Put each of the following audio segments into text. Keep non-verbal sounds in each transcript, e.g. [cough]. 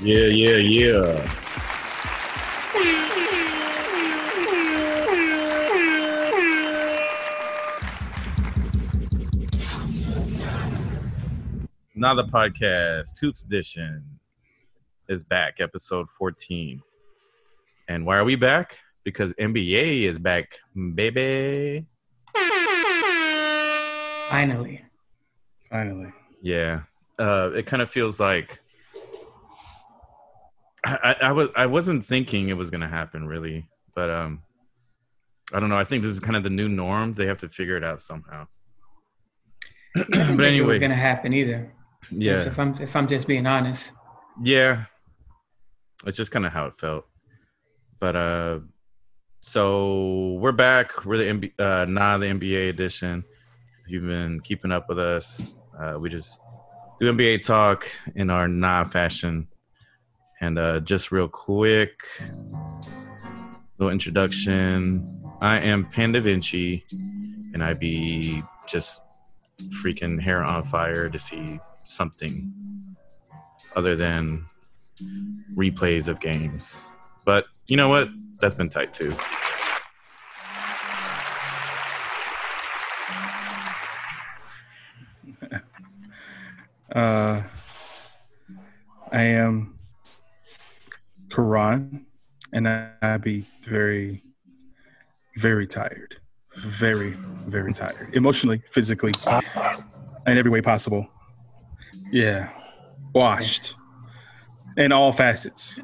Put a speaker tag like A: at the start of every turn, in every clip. A: Yeah, yeah, yeah.
B: Another podcast, Toops Edition, is back, episode 14. And why are we back? Because NBA is back, baby.
C: Finally.
D: Finally.
B: Yeah, uh, it kind of feels like I, I, I was I wasn't thinking it was gonna happen really, but um, I don't know. I think this is kind of the new norm. They have to figure it out somehow. [clears throat] but
C: it's
B: anyway,
C: going to happen either.
B: yeah,
C: If I'm if I'm just being honest,
B: yeah, it's just kind of how it felt. But uh, so we're back. We're the MB, uh, nah the NBA edition. If you've been keeping up with us, uh, we just do NBA talk in our nah fashion. And uh, just real quick, little introduction. I am Panda Vinci, and I be just freaking hair on fire to see something other than replays of games. But you know what? That's been tight too.
D: Uh, I am Karan, and I, I be very, very tired. Very, very tired. Emotionally, physically, in every way possible. Yeah. Washed. In all facets.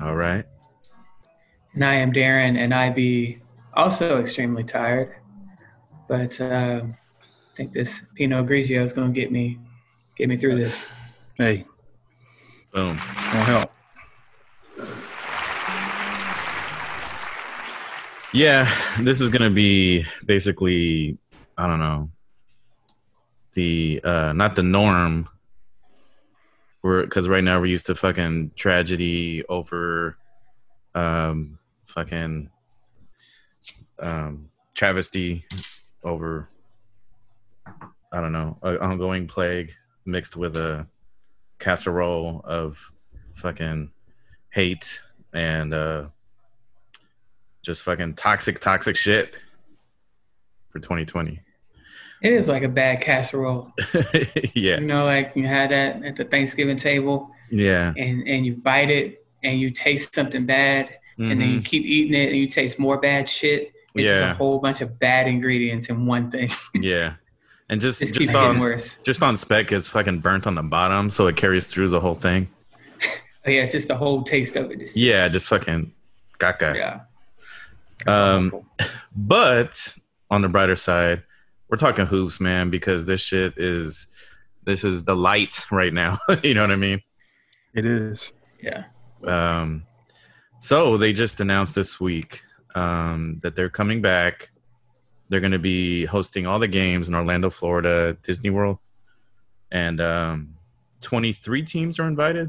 B: All right.
C: and I am Darren, and I be also extremely tired, but um, I think this Pinot Grigio is going to get me get me through this.
D: Hey,
B: Boom.
D: it's gonna help.
B: Yeah, this is gonna be basically, I don't know, the uh, not the norm. We're because right now we're used to fucking tragedy over, um, fucking, um, travesty over. I don't know, an ongoing plague mixed with a casserole of fucking hate and uh just fucking toxic, toxic shit for 2020.
C: It is like a bad casserole,
B: [laughs] yeah,
C: you know, like you had that at the Thanksgiving table,
B: yeah,
C: and and you bite it, and you taste something bad, and then you
B: Mhm.
C: keep eating it, and you taste more bad shit. It's just
B: Yeah.
C: a whole bunch of bad ingredients in one thing. [laughs]
B: yeah, and just
C: It just
B: just,
C: keeps getting
B: on
C: worse.
B: just on spec, it's fucking burnt on the bottom, so it carries through the whole thing.
C: Oh, yeah, just the whole taste of it. Is
B: Yeah, just fucking gaga.
C: yeah.
B: um, but on the brighter side, we're talking hoops, man, because this shit is this is the light right now. [laughs] you know what I mean?
D: It is.
C: Yeah.
B: Um, so they just announced this week um, that they're coming back. They're going to be hosting all the games in Orlando, Florida, Disney World, and um, 23 teams are invited.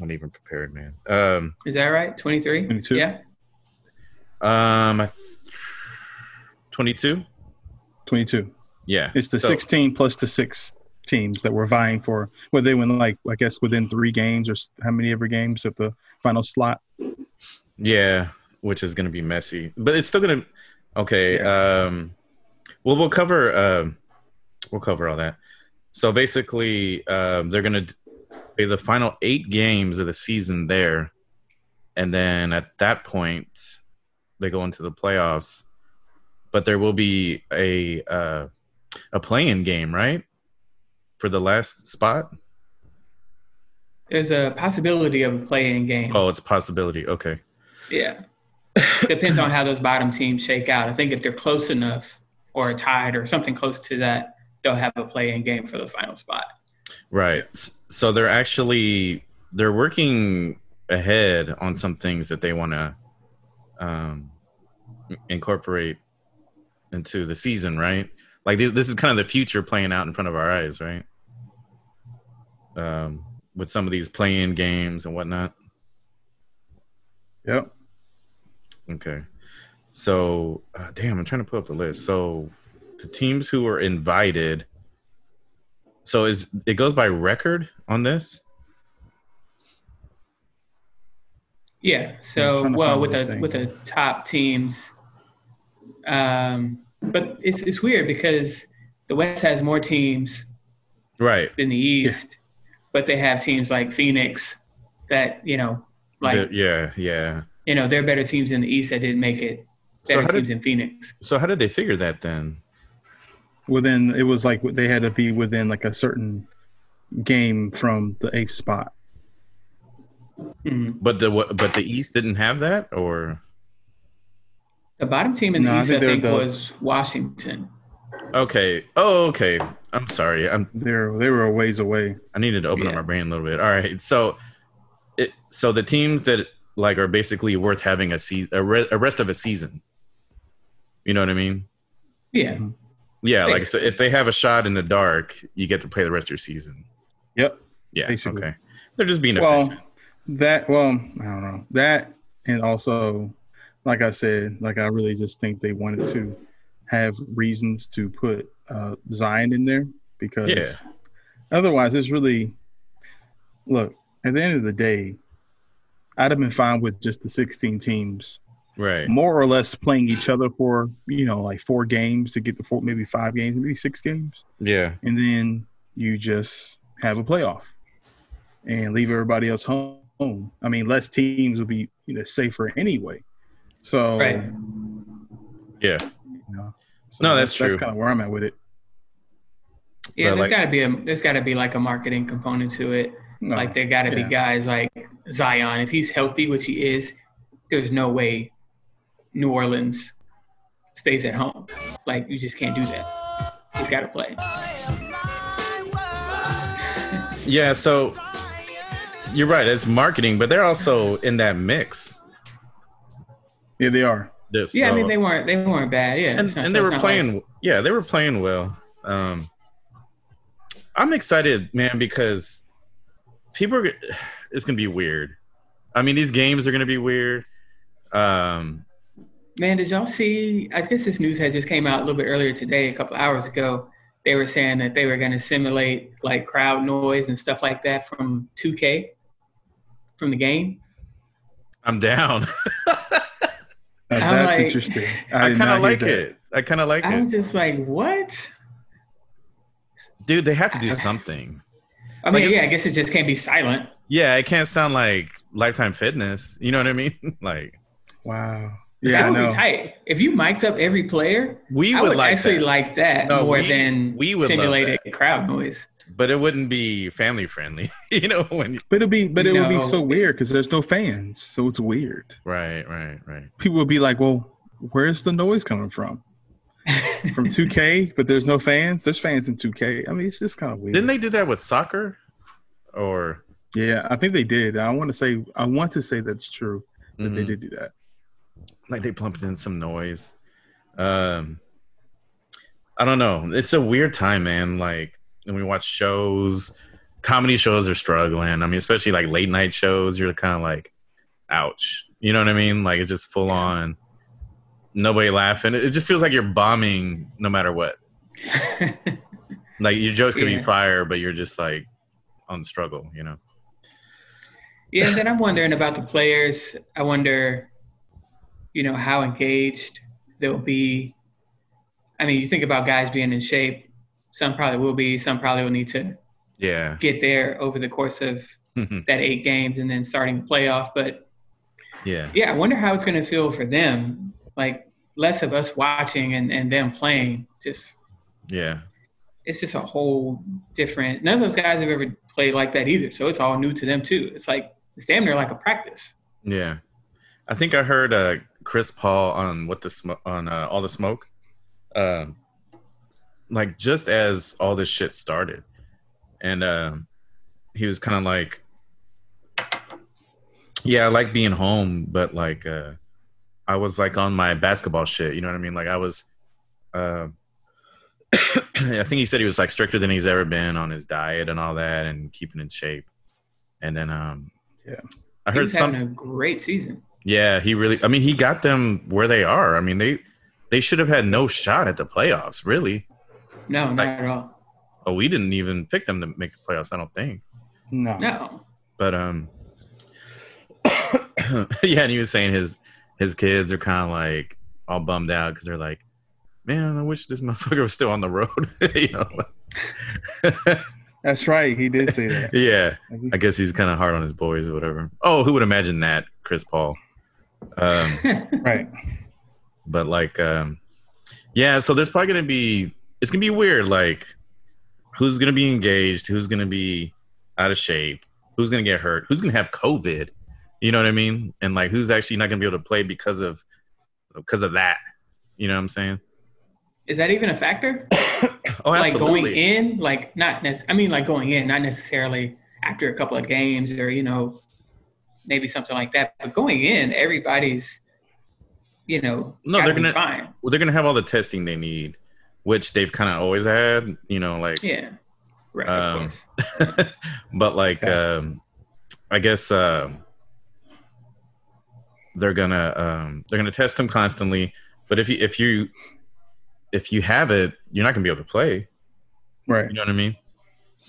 B: I'm not even prepared, man. Um,
C: Is that right? 23?
D: 22.
C: Yeah.
B: um, I th- 22.
D: 22.
B: Yeah,
D: It's the
B: So-
D: 16 plus the six teams that were vying for where they win like I guess within three games or s- how many ever games at the final slot.
B: Yeah, which is going to be messy, but it's still going to. Okay. Um, well, we'll cover. Um, we'll cover all that. So basically, um, they're going to play the final eight games of the season there, and then at that point, they go into the playoffs. But there will be a uh, a play-in game, right, for the last spot.
C: There's a possibility of a play-in game.
B: Oh, it's a possibility. Okay.
C: Yeah. Depends on how those bottom teams shake out. I think if they're close enough or tied or something close to that, they'll have a play-in game for the final spot.
B: Right. S- So they're actually they're working ahead on some things that they want to um, incorporate into the season, right? Like th- this is kind of the future playing out in front of our eyes, right? Um, with some of these playing games and whatnot.
D: Yep.
B: Okay. So, uh, damn, I'm trying to pull up the list. So, the teams who were invited So is it goes by record on this?
C: Yeah.
D: I'm
C: So
D: trying to
C: well,
D: find
C: with
D: the
C: a
D: thing.
C: with a top teams, um, but it's it's weird because the West has more teams
B: Right.
C: than the East, but they have teams like Phoenix that you know, like
B: The- yeah, yeah.
C: you know, they're better teams in the East that didn't make it.
B: So
C: Better
B: how
C: teams
B: did
C: in Phoenix.
B: so how did they figure that then?
D: Within it was like they had to be within like a certain game from the eighth spot.
C: Mm.
B: But the but the East didn't have that, or
C: The bottom team in the
D: No, I
C: East,
D: think
C: I
D: they're
C: think,
D: the-
C: was Washington.
B: okay, oh okay. I'm sorry. I'm
D: They're they were a ways away.
B: I needed to open up
C: Yeah.
B: my brain a little bit. All right, so it so the teams that like are basically worth having a season, a, re- a rest of a season. You know what I mean? Mm-hmm.
C: Yeah.
B: Yeah, like so if they have a shot in the dark, you get to play the rest of your season.
D: Yep.
B: Yeah,
D: Basically.
B: okay. They're just being
D: Well,
B: efficient.
D: that well, I don't know that, and also, like I said, like I really just think they wanted to have reasons to put uh, Zion in there because
B: Yeah.
D: otherwise, it's really look at the end of the day. I'd have been fine with just the 16 teams,
B: right?
D: more or less playing each other for you know like four games to get the four, maybe five games, maybe six games
B: Yeah,
D: and then you just have a playoff and leave everybody else home. I mean, less teams will be you know, safer anyway. So,
C: Right.
B: yeah.
D: you know, so
B: No, that's
D: That's
B: true.
D: kind of where I'm at with it.
C: Yeah,
B: But,
C: there's
B: like-
C: gotta be a there's gotta be like a marketing component to it.
B: Oh,
D: No,
C: Like there gotta
D: yeah.
C: be guys like Zion. If he's healthy, which he is, there's no way New Orleans stays at home. Like you just can't do that. He's gotta play.
B: Yeah, so you're right. It's marketing, but they're also in that mix.
D: yeah, they are.
B: This,
C: Yeah, I mean
B: so-
C: they weren't they weren't bad. Yeah,
B: and,
C: it's not-
B: and
C: so
B: they
C: it's
B: were
C: not like-
B: playing. yeah, they were playing well. Um, I'm excited, man, because people are. g- [sighs] It's gonna be weird. I mean, these games are gonna be weird. Um,
C: Man, did y'all see? I guess this news had just came out a little bit earlier today, a couple hours ago. They were saying that they were going to simulate like crowd noise and stuff like that from 2K, from the game.
B: I'm down. [laughs]
D: Now,
C: I'm
D: that's
C: like-
D: interesting.
B: I, kind
D: did not
B: of
D: hear
B: like
D: that.
B: it. I kind of like
C: I'm
B: it,
C: just like, what?
B: dude. They have to do
C: I-
B: something.
C: I
B: Like,
C: mean,
B: it's-
C: yeah, I guess it just can't be silent.
B: Yeah, it can't sound like Lifetime Fitness. You know what I mean? [laughs] like
D: Wow.
C: that
D: Yeah, I
C: would
D: know.
C: be tight. If you mic'd up every player,
B: we
C: I
B: would,
C: would
B: like
C: actually
B: that,
C: like that
B: No,
C: more
B: we-
C: than
B: we would love
C: simulated crowd noise. [laughs]
B: but it wouldn't be family friendly. [laughs] you know when?
D: But it'll be, but it would be
C: No.
D: so weird because there's no fans, so it's weird.
B: Right, right, right.
D: People will be like, "Well, where's the noise coming from?
C: [laughs]
D: From 2K? but there's no fans. There's fans in 2K. I mean, it's just kind of weird."
B: Didn't they do that with soccer? Or
D: Yeah, I think they did. I want to say I want to say that's true that they
B: Mhm.
D: did do that.
B: like they plumped in some noise. Um, I don't know. It's a weird time, man. Like, when we watch shows, comedy shows are struggling. I mean, especially like late night shows, you're kind of like, ouch. You know what I mean? Like, it's just full on. Nobody laughing. It it just feels like you're bombing no matter what. Like, your jokes could
C: Yeah.
B: be fire, but you're just like on the struggle, you know?
C: Yeah, and then I'm wondering about the players. I wonder, you know, how engaged they'll be. I mean, you think about guys being in shape. Some probably will be. Some probably will need to [laughs]
B: Yeah.
C: get there over the course of that eight games and then starting the playoff. But
B: [laughs] yeah.
C: yeah, I wonder how it's going to feel for them. Like less of us watching and, and them playing. Just
B: Yeah.
C: it's just a whole different. None of those guys have ever played like that either. So it's all new to them too. It's like it's damn near like a practice.
B: Yeah, I think I heard uh, Chris Paul on what the sm- on uh, all the smoke, um, like just as all this shit started, and um he was kind of like, "Yeah, I like being home, but like uh, I was like on my basketball shit. You know what I mean? Like I was." Uh, [coughs] I think he said he was like stricter than he's ever been on his diet and all that, and keeping in shape. And then, um,
D: Yeah.
B: I
C: He
B: heard
C: was
B: some.
C: having a great season.
B: Yeah, he really. I mean, he got them where they are. I mean, they they should have had no shot at the playoffs, really.
C: No, not
B: Like-
C: at all.
B: Oh, we didn't even pick them to make the playoffs. I don't think.
D: No.
C: No.
B: But um, [coughs] yeah, and he was saying his his kids are kind of like all bummed out because they're like, man, I wish this [laughs] motherfucker was still on the road. [laughs] you know.
D: That's right. He did say [laughs] that.
B: yeah, I guess he's kind of hard on his boys or whatever. Oh, who would imagine that, Chris Paul? Um,
D: right.
B: but like, um, yeah. So there's probably gonna be it's gonna be weird. Like, who's gonna be engaged? Who's gonna be out of shape? Who's gonna get hurt? Who's gonna have COVID? You know what I mean? And like, who's actually not gonna be able to play because of because of that? You know what I'm saying?
C: Is that even a factor?
B: Oh,
C: like going in, like not nec- I mean, like going in, not necessarily after a couple of games or you know, maybe something like that. But going in, everybody's, you know,
B: No,
C: gotta
B: they're
C: be
B: gonna-
C: fine.
B: well, they're gonna have all the testing they need, which they've kind of always had, you know, like.
C: Yeah, right.
B: Um,
C: of course.
B: [laughs] but like,
D: Yeah.
B: um, I guess uh, they're gonna um, they're gonna test them constantly. But if you if you if you have it, you're not gonna be able to play.
D: Right.
B: You know what I mean?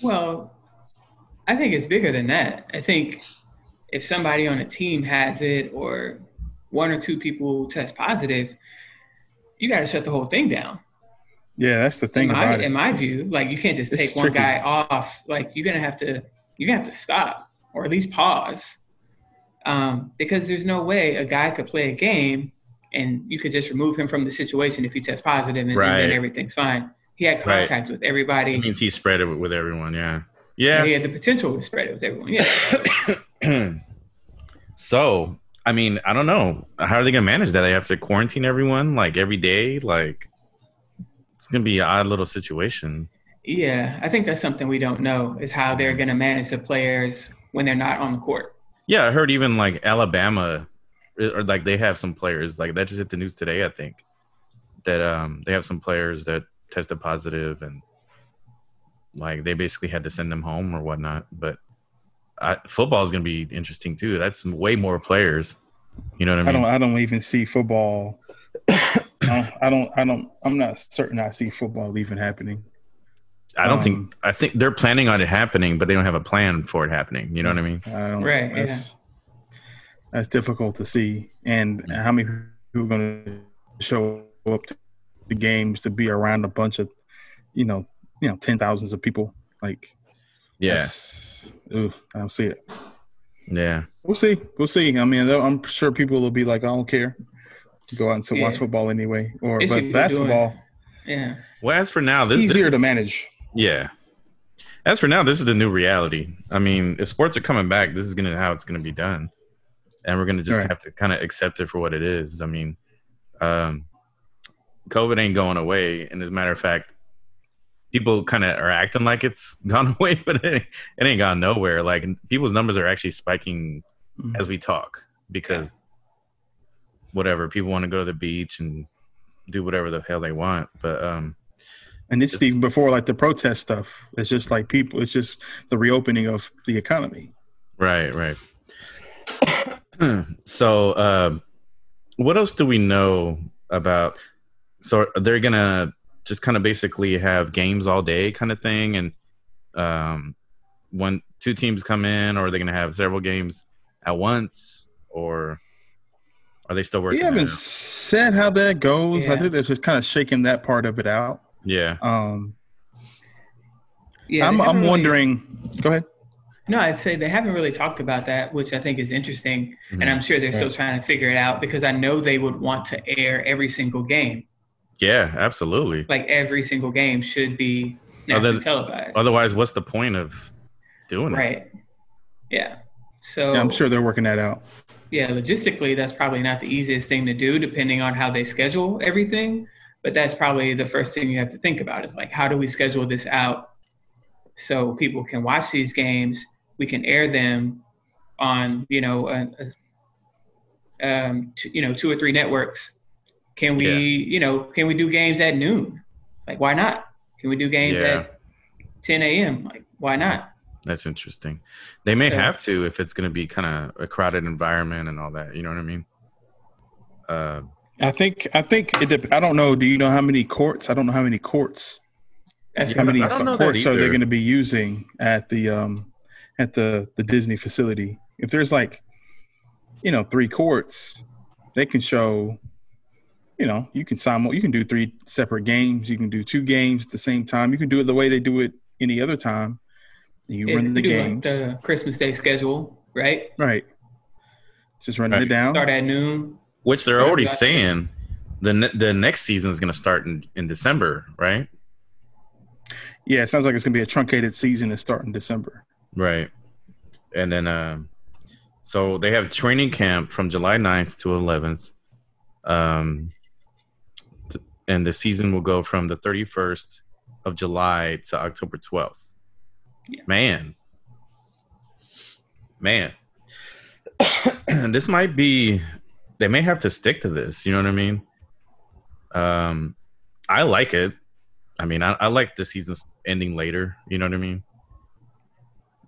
C: Well, I think it's bigger than that. I think if somebody on a team has it or one or two people test positive, you got to shut the whole thing down.
D: Yeah, that's the thing
C: in my,
D: about it.
C: in my
D: It's-
C: view, like you can't just
D: it's
C: take one
D: tricky.
C: guy off. Like you're gonna have to, you're gonna have to stop or at least pause, um, because there's no way a guy could play a game and you could just remove him from the situation if he tests positive and, and
B: Right.
C: then everything's fine. He had
B: Right.
C: contact with everybody.
B: It means he spread it with everyone. Yeah.
C: and
B: Yeah.
C: He had the potential to spread it with everyone. Yeah.
B: so I mean, I don't know. How are they gonna manage that? They have to quarantine everyone like every day. Like it's gonna be an odd little situation.
C: Yeah, I think that's something we don't know is how they're going to manage the players when they're not on the court.
B: Yeah, I heard even like Alabama, eh, or like they have some players like that just hit the news today. I think that um they have some players that tested positive and like they basically had to send them home or whatnot. But I, football is gonna be interesting too. That's way more players. You know what
D: I
B: I mean?
D: don't. I don't even see football. [coughs] I, don't, I don't. I don't. I'm not certain. I see football even happening.
B: I don't
D: Um,
B: think I think they're planning on it happening, but they don't have a plan for it happening. You know what I mean?
D: I don't.
C: Right, yeah.
D: That's, that's difficult to see. And how many people are going to show up to the games to be around a bunch of, you know, you know, ten thousands of people. Like,
B: Yeah,
D: that's- Ooh, I don't see it.
B: yeah,
D: We'll see. We'll see. I mean, though, I'm sure people will be like, I don't care. Go out and to watch
C: Yeah.
D: football anyway, or
C: If
D: but
C: you're
D: basketball.
C: Yeah.
B: Well, as for now,
D: It's
B: this, this
D: easier
B: is-
D: to manage.
B: yeah. As for now, this is the new reality. I mean, if sports are coming back, this is gonna how it's gonna be done, and we're gonna just
D: Right.
B: have to kind of accept it for what it is. I mean, um, COVID ain't going away, and as a matter of fact, people kind of are acting like it's [laughs] gone away, but it ain't, it ain't gone nowhere. Like people's numbers are actually spiking as we talk because whatever people want to go to the beach and do whatever the hell they want but um
D: And this is even before like the protest stuff. It's just like people. It's just the reopening of the economy.
B: right right [clears throat] so um what else do we know about so they're gonna just kind of basically have games all day kind of thing and um one two teams come in or are they gonna have several games at once or are they still
D: We
B: working
D: haven't
B: that out?
D: said how that goes. I
C: Yeah.
D: think they're just kind of shaking that part of it out.
B: yeah
D: Um,
C: Yeah.
D: I'm,
C: they haven't
D: I'm
C: really-
D: wondering. Go ahead.
C: No, I'd say they haven't really talked about that, which I think is interesting.
B: Mhm.
C: And I'm sure they're still trying to figure it out because I know they would want to air every single game.
B: yeah absolutely
C: Like every single game should be
B: Other-
C: nationally televised.
B: Otherwise, what's the point of doing it?
C: right. Yeah. So
D: Yeah, I'm sure they're working that out.
C: yeah, logistically, that's probably not the easiest thing to do, depending on how they schedule everything. But that's probably the first thing you have to think about is like, how do we schedule this out so people can watch these games? We can air them on, you know, a, a, um, t- you know, two or three networks. Can we,
B: Yeah.
C: you know, can we do games at noon? Like, why not? Can we do games
B: Yeah.
C: at 10 a.m.? Like, why not?
B: That's interesting. They may
C: So-
B: have to if it's going to be kind of a crowded environment and all that. You know what I mean? Uh,
D: I think. I think. It, dep- I don't know. Do you know how many courts? I don't know how many courts
C: That's
D: how many
B: I don't know that
D: courts are they
B: either.
D: going to be using at the um at the the Disney facility? If there's like, you know, three courts, they can show. You know, you can simul- you can do three separate games. You can do two games at the same time. You can do it the way they do it any other time. You
C: Yeah,
D: run
C: they
D: the
C: do, like,
D: games
C: the Christmas Day schedule, right?
D: right. Just running
B: Right.
D: it down.
C: Start at noon.
B: Which they're
C: Yeah,
B: already
C: exactly.
B: saying the ne- the next season is going to start in, in December, right?
D: Yeah, it sounds like it's gonna be a truncated season to start in December.
B: Right. And then, um, so they have training camp from July 9th to 11th. Um, t- and the season will go from the 31st of July to October 12th.
C: Yeah.
B: Man. Man. [coughs] this might be, they may have to stick to this. You know what I mean? Um, I like it. I mean, I, I like the season ending later. You know what I mean?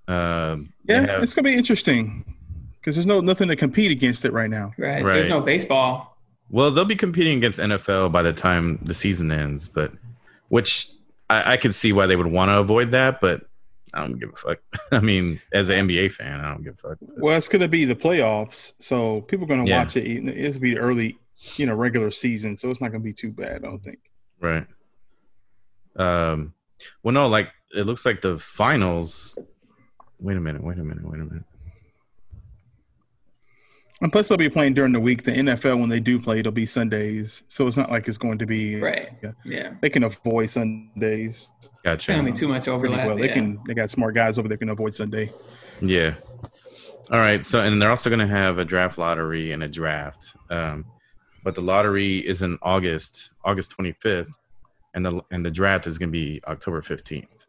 B: Um, they
D: Yeah,
B: have-
D: it's gonna be interesting because there's no nothing to compete against it right now.
C: Right.
B: Right.
C: There's no baseball.
B: Well, they'll be competing against NFL by the time the season ends, but which I, I could see why they would want to avoid that, but I don't give a fuck. [laughs] I mean, as an NBA fan, I don't give a fuck.
D: Well, it's gonna be the playoffs, so people are gonna
B: Yeah.
D: watch it. It's gonna be the early, you know, regular season, so it's not gonna be too bad. I don't think.
B: Right. Um. Well, no, like it looks like the finals. Wait a minute. Wait a minute. Wait a minute.
D: And plus, they'll be playing during the week. The NFL, when they do play, it'll be Sundays, so it's not like it's going to be.
C: Right.
D: Yeah.
C: Yeah.
D: They can avoid Sundays
B: Gotcha.
C: Not gonna be too much
D: pretty
C: overlap.
D: well. They
C: yeah.
D: can. They got smart guys over there can avoid Sunday.
B: Yeah. All right. So, and they're also going to have a draft lottery and a draft. Um, but the lottery is in August, August 25th, and the and the draft is going to be October 15th.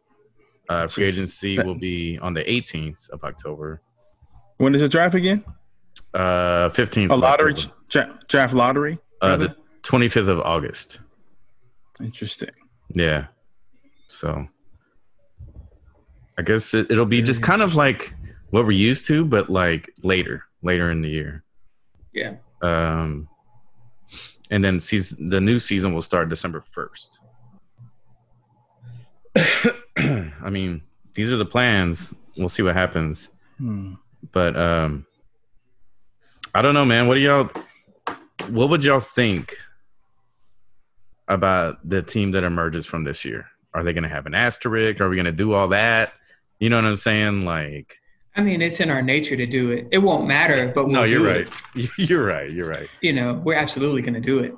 B: Uh, free
D: Just
B: agency
D: that-
B: will be on the 18th of October.
D: When is the draft again?
B: Uh, 15th.
D: A
B: of
D: lottery
B: October.
D: dra- draft lottery.
B: Uh,
D: rather?
B: the 25th of August.
D: Interesting.
B: Yeah. So I guess it, it'll be just kind of like what we're used to, but like later, later in the year.
C: Yeah.
B: Um, and then season, the new season will start December 1st. [coughs] I mean, these are the plans. We'll see what happens.
D: Hmm.
B: But um, I don't know, man. What do y'all? What would y'all think about the team that emerges from this year? Are they going to have an asterisk? Are we going to do all that? You know what I'm saying? Like,
C: I mean, it's in our nature to do it. It won't matter, but we'll
B: no, you're
C: do
B: right. [laughs]
C: It.
B: You're right. You're right.
C: You know, we're absolutely gonna do it.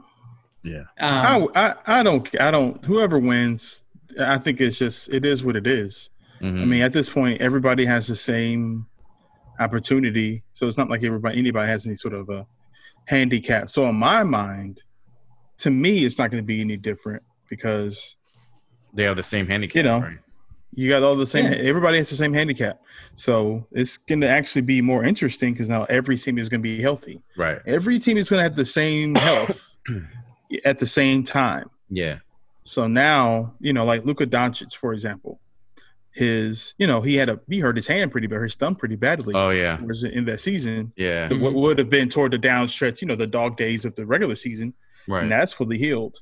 B: Yeah.
C: Um,
D: I, I I don't I don't whoever wins I think it's just it is what it is. I
B: Mhm.
D: mean at this point everybody has the same opportunity so it's not like everybody anybody has any sort of a handicap. So in my mind to me it's not going to be any different because
B: they have the same handicap.
D: You know.
B: right?
D: you got all the same
C: Yeah.
D: everybody has the same handicap. So it's going to actually be more interesting cuz now every team is going to be healthy.
B: Right.
D: Every team is going to have the same health at the same time.
B: Yeah.
D: So now, you know, like Luka Doncic, for example, his, you know, he had a he hurt his hand pretty bad, his thumb pretty badly
B: Oh yeah.
D: was in that season.
B: Yeah.
D: The-
C: Mm-hmm.
D: What would have been toward the down stretch, you know, the dog days of the regular season,
B: Right.
D: and that's fully healed.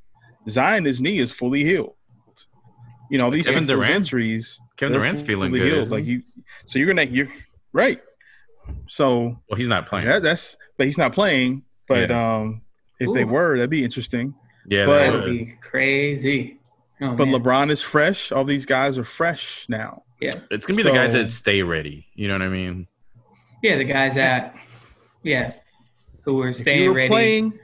D: Zion, his knee is fully healed. You know, these
B: Kevin
D: ankles
B: Durant-
D: injuries.
B: Kevin
D: they're
B: Durant's feeling
D: fully
B: good.
D: healed.
B: isn't
D: Like
B: he?
D: you, so you're gonna you're right. So
B: well, he's not playing.
D: that, that's but he's not playing. But um, if they
C: Ooh.
D: were, that'd be interesting.
B: yeah.
D: but-
B: that
C: that would
B: would-
C: be crazy. Oh,
D: But
C: man.
D: LeBron is fresh. All these guys are fresh now.
B: it's gonna be the guys
D: so-
B: that stay ready. You know what I mean?
C: yeah, the guys that yeah, who were
D: If
C: staying
D: you were
C: ready,
D: playing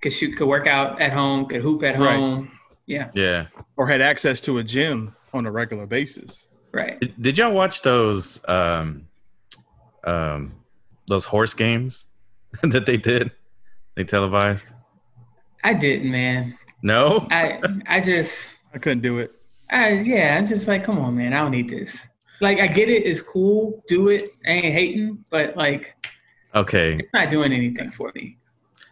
C: could shoot, could work out at home, could hoop at
D: Right.
C: home. Yeah,
B: Yeah.
D: or had access to a gym on a regular basis.
C: right.
B: Did- Did y'all watch those um, um, those horse games [laughs] that they did? They televised.
C: I didn't, man.
B: No,
C: I I just
D: I couldn't do it.
C: I yeah, I'm just like, come on, man, I don't need this. Like I get it, it's cool, do it. I ain't hating, but like
B: okay.
C: it's not doing anything for me.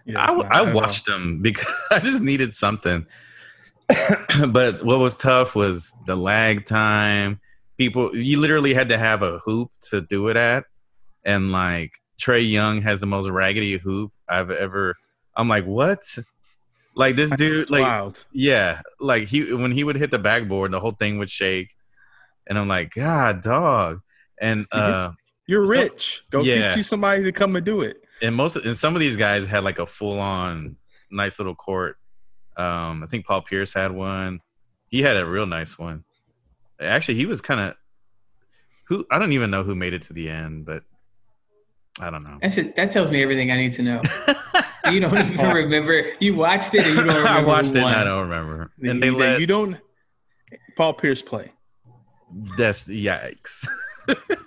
D: Yeah,
B: I,
D: it's not-
B: I
D: don't
B: watched them [laughs] because I just needed something. [clears throat] but what was tough was the lag time. People, you literally had to have a hoop to do it at, and like Trey Young has the most raggedy hoop I've ever. I'm like, what? Like this dude,
D: It's
B: like
D: wild.
B: yeah, like he when he would hit the backboard, the whole thing would shake, and I'm like, God, dog.
C: [laughs]
B: And uh,
D: You're rich. Go
B: Yeah.
D: get you somebody to come and do it.
B: and most and some of these guys had like a full on nice little court. Um, I think Paul Pierce had one. He had a real nice one. Actually, he was kind of who I don't even know who made it to the end, but I don't know.
C: That's it. That tells me everything I need
B: [laughs]
C: to know. You don't even remember. You watched it and you don't
B: [laughs]
C: remember.
B: I watched
C: who
B: it. and I
C: won.
B: don't remember.
D: You-
B: And they
D: you-
B: let
D: you don't Paul Pierce play.
B: That's yikes. [laughs]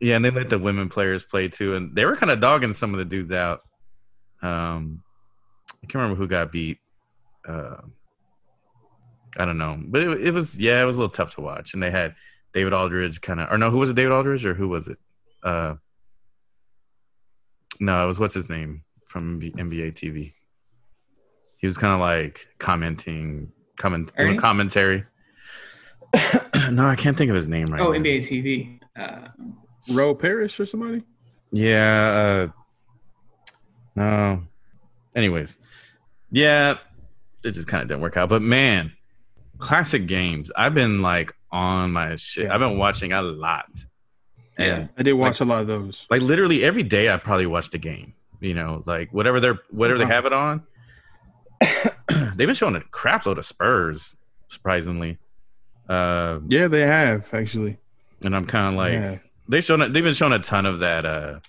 B: yeah, and they let the women players play too, and they were kind of dogging some of the dudes out. Um, I can't remember who got beat. Uh, I don't know, but it, it was yeah, it was a little tough to watch. And they had David Aldridge kind of, or no, who was it? David Aldridge or who was it? Uh, no, it was what's his name from MB- NBA TV. He was kind of like commenting, comment, doing
C: Ernie?
B: commentary. [sighs] no, I can't think of his name right
C: Oh,
B: now.
C: NBA TV. Uh,
D: Roe Parrish or somebody?
B: Yeah. Uh, no. Anyways, yeah, it just kind of didn't work out. But man, classic games. I've been like on my shit.
D: Yeah.
B: I've been watching a lot, and
D: I did watch a lot of those.
B: like literally every day, I probably watched a game. You know, like whatever they're whatever they
D: Wow.
B: have it on. [coughs] They've been showing a crap load of Spurs, surprisingly. Uh,
D: Yeah, they have actually.
B: and I'm kind of like,
D: yeah.
B: they shown they've been showing a ton of that uh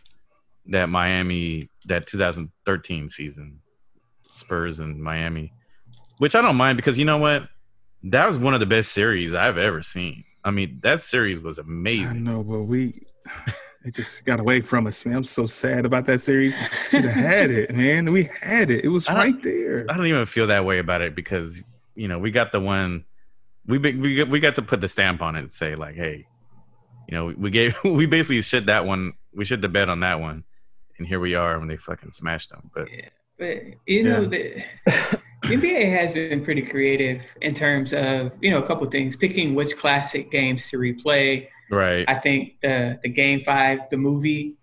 B: that Miami that 2013 season Spurs and Miami, which I don't mind because you know what that was one of the best series I've ever seen. I mean that series was
D: I
B: amazing.
D: know, but we it just got away from us, man. I'm so sad about that series. Should have had it, man. We had it. It was
B: I don't-
D: right there.
B: I don't even feel that way about it because you know we got the one we be- we got- we got to put the stamp on it and say like hey you know we gave [laughs] we basically shit that one we shit the bed on that one and here we are when they fucking smashed them but
C: but you know the, the [laughs] NBA has been pretty creative in terms of you know a couple things, picking which classic games to replay.
B: right
C: I think the the game five, the movie,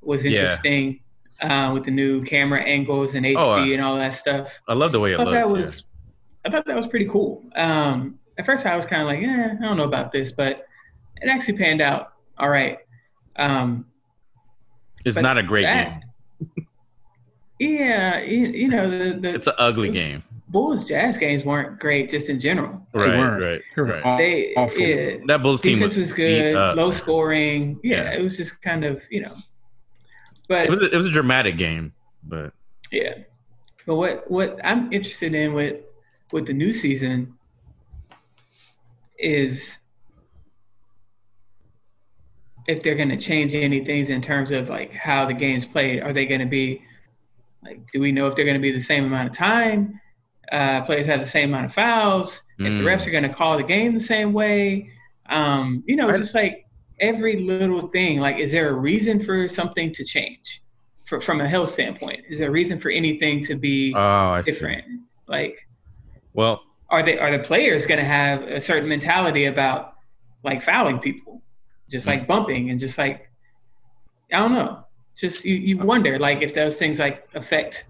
C: was
B: Yeah.
C: interesting uh, with the new camera angles and HD
B: Oh, uh,
C: and all that stuff.
B: I love the way
C: I
B: it
C: thought
B: looked
C: that
B: yeah.
C: was I thought that was pretty cool. Um, at first, I was kind of like, eh, I don't know about this, but it actually panned out all right. Um,
B: It's
C: But
B: not a great
C: that-
B: game.
C: yeah, you, you know the the
B: It's an ugly
C: it's-
B: game.
C: Bulls Jazz games weren't great just in general.
B: Right,
D: weren't.
B: right,
D: They were
B: right.
D: aw-
C: They
D: Awful.
C: yeah,
B: That Bulls team
C: defense
B: was,
C: was
B: beat
C: good,
B: up.
C: low scoring. Yeah,
B: Yeah.
C: it was just kind of you know, but
B: It was, a, it was a dramatic game, but
C: yeah. But what what I'm interested in with with the new season is if they're going to change any things in terms of like how the game's played. Are they going to be like? Do we know if they're going to be the same amount of time? Uh, players have the same amount of fouls. if
B: mm,
C: the refs are going to call the game the same way. Um, you know, it's
B: I-
C: just like every little thing. Like, is there a reason for something to change for, from a health standpoint? Is there a reason for anything to be
B: oh, I see.
C: different? Like,
B: Well,
C: are they are the players going to have a certain mentality about like fouling people, just like bumping and just like I don't know. Just you, you wonder like if those things like affect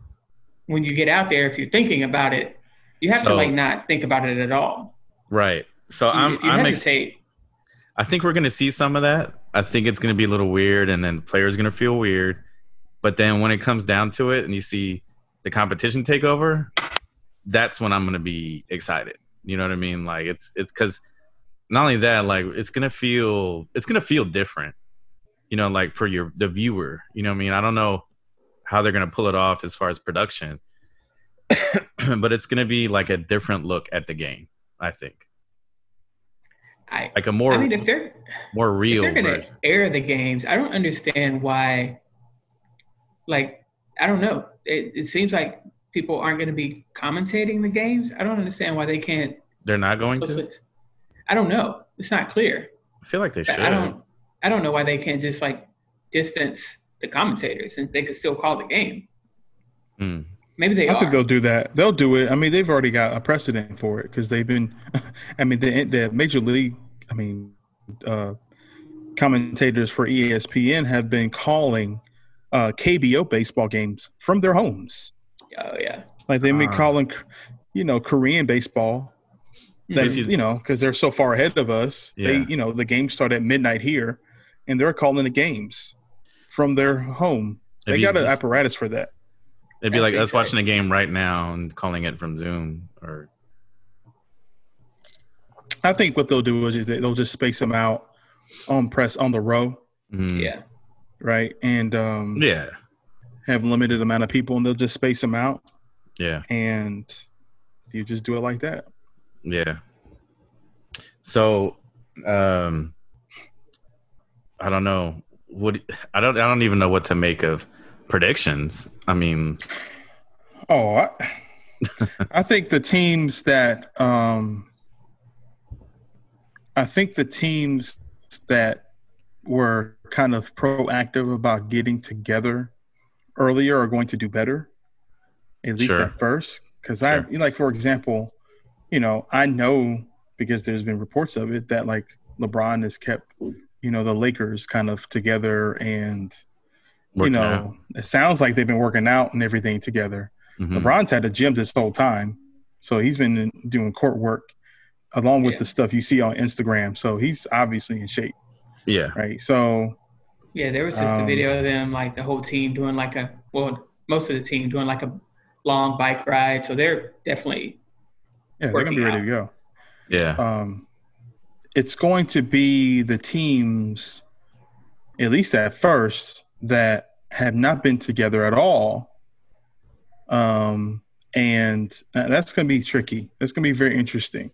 C: when you get out there if you're thinking about it. You have to
B: So-
C: like not think about it at all
B: right. So I'm,
C: if you
B: I'm ex-
C: hesitate,
B: I think we're going to see some of that. I think it's going to be a little weird, and then the player's going to feel weird. But then when it comes down to it, and you see the competition take over, that's when I'm going to be excited. You know what I mean? Like it's it's because not only that, like it's going to feel it's going to feel different. You know, like for your the viewer. You know what I mean? I don't know how they're going to pull it off as far as production, [coughs] but it's going to be like a different look at the game. I think
C: I,
B: like a more
C: I mean, if they're
B: more
C: if
B: real
C: they're going to
B: version.
C: air the games, I don't understand why. Like, I don't know. It, it seems like people aren't going to be commentating the games. I don't understand why they can't.
B: They're not going
C: so-
B: to.
C: so- I don't know. It's not clear.
B: I feel like they should.
C: I don't. I don't know why they can't just like distance the commentators and they could still call the game.
B: Hmm.
C: Maybe they
D: I
C: are.
D: think they'll do that. They'll do it. I mean, they've already got a precedent for it because they've been. [laughs] I mean, the the major league. I mean, uh, commentators for E ESPN have been calling uh, KBO baseball games from their homes.
C: oh yeah.
D: Like they've been
B: Ah.
D: calling, you know, Korean baseball. That
B: Mhm.
D: you know, because they're so far ahead of us. They,
B: Yeah.
D: you know, the games start at midnight here, and they're calling the games from their home. They
B: It'd be
D: got an
B: just-
D: apparatus for that.
B: It'd be like
C: That's
B: us watching a game right now and calling it from Zoom or
D: I think what they'll do is, is they'll just space them out on press on the row,
B: Mhm.
C: Mm-hmm. Yeah.
D: right, and um,
B: yeah,
D: have limited amount of people, and they'll just space them out,
B: yeah,
D: and you just do it like that.
B: yeah. So, um, I don't know what I don't I don't even know what to make of predictions. I mean,
D: Oh, I, I think the teams that um, I think the teams that were kind of proactive about getting together earlier are going to do better, at least
B: Sure.
D: at first. Because
B: Sure.
D: I like, for example, you know, I know because there's been reports of it that like LeBron has kept, you know, the Lakers kind of together and
B: working
D: you know,
B: out.
D: it sounds like they've been working out and everything together.
B: Mhm.
D: LeBron's had a gym this whole time, so he's been in- doing court work along with
C: Yeah.
D: the stuff you see on Instagram. So he's obviously in shape,
B: yeah,
D: right? So
C: Yeah, there was just a
D: Um,
C: video of them, like the whole team doing like a well, most of the team doing like a long bike ride. So they're definitely
D: yeah, they're gonna be ready to go.
B: yeah,
D: Um, it's going to be the teams, at least at first, that have not been together at all. Um, and tha- that's going to be tricky. That's going to be very interesting,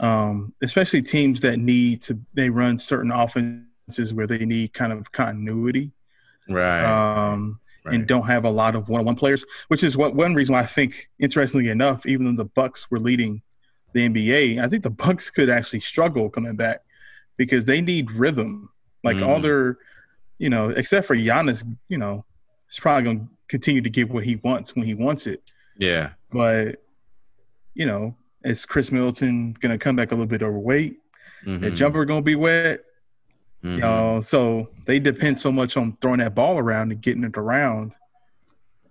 D: um, especially teams that need to they run certain offenses where they need kind of continuity
B: right,
D: um,
B: right.
D: and don't have a lot of one-on-one players, which is what one reason why I think, interestingly enough, even though the Bucks were leading the NBA, I think the Bucks could actually struggle coming back because they need rhythm. Like all
B: Mhm.
D: their, you know, except for Giannis, you know, he's probably going to continue to get what he wants when he wants it.
B: yeah,
D: But you know, is Chris Middleton going to come back a little bit overweight? The
B: Mhm.
D: jumper going to be wet?
B: Mhm.
D: You know, so they depend so much on throwing that ball around and getting it around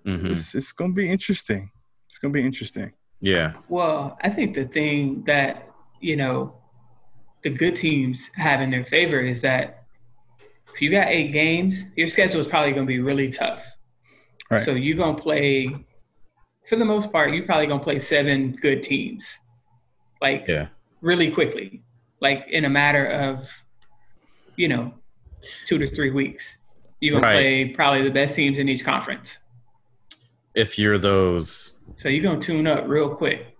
B: Mhm.
D: it's, it's going to be interesting. It's going to be interesting.
B: yeah,
C: Well, I think the thing that, you know, the good teams have in their favor is that if you got eight games, your schedule is probably going to be really tough.
D: Right.
C: So you're going to play, for the most part, you're probably going to play seven good teams, like
B: yeah.
C: really quickly, like in a matter of, you know, two to three weeks. You're going
B: Right.
C: to play probably the best teams in each conference.
B: If you're those
C: So you're going to tune up real quick.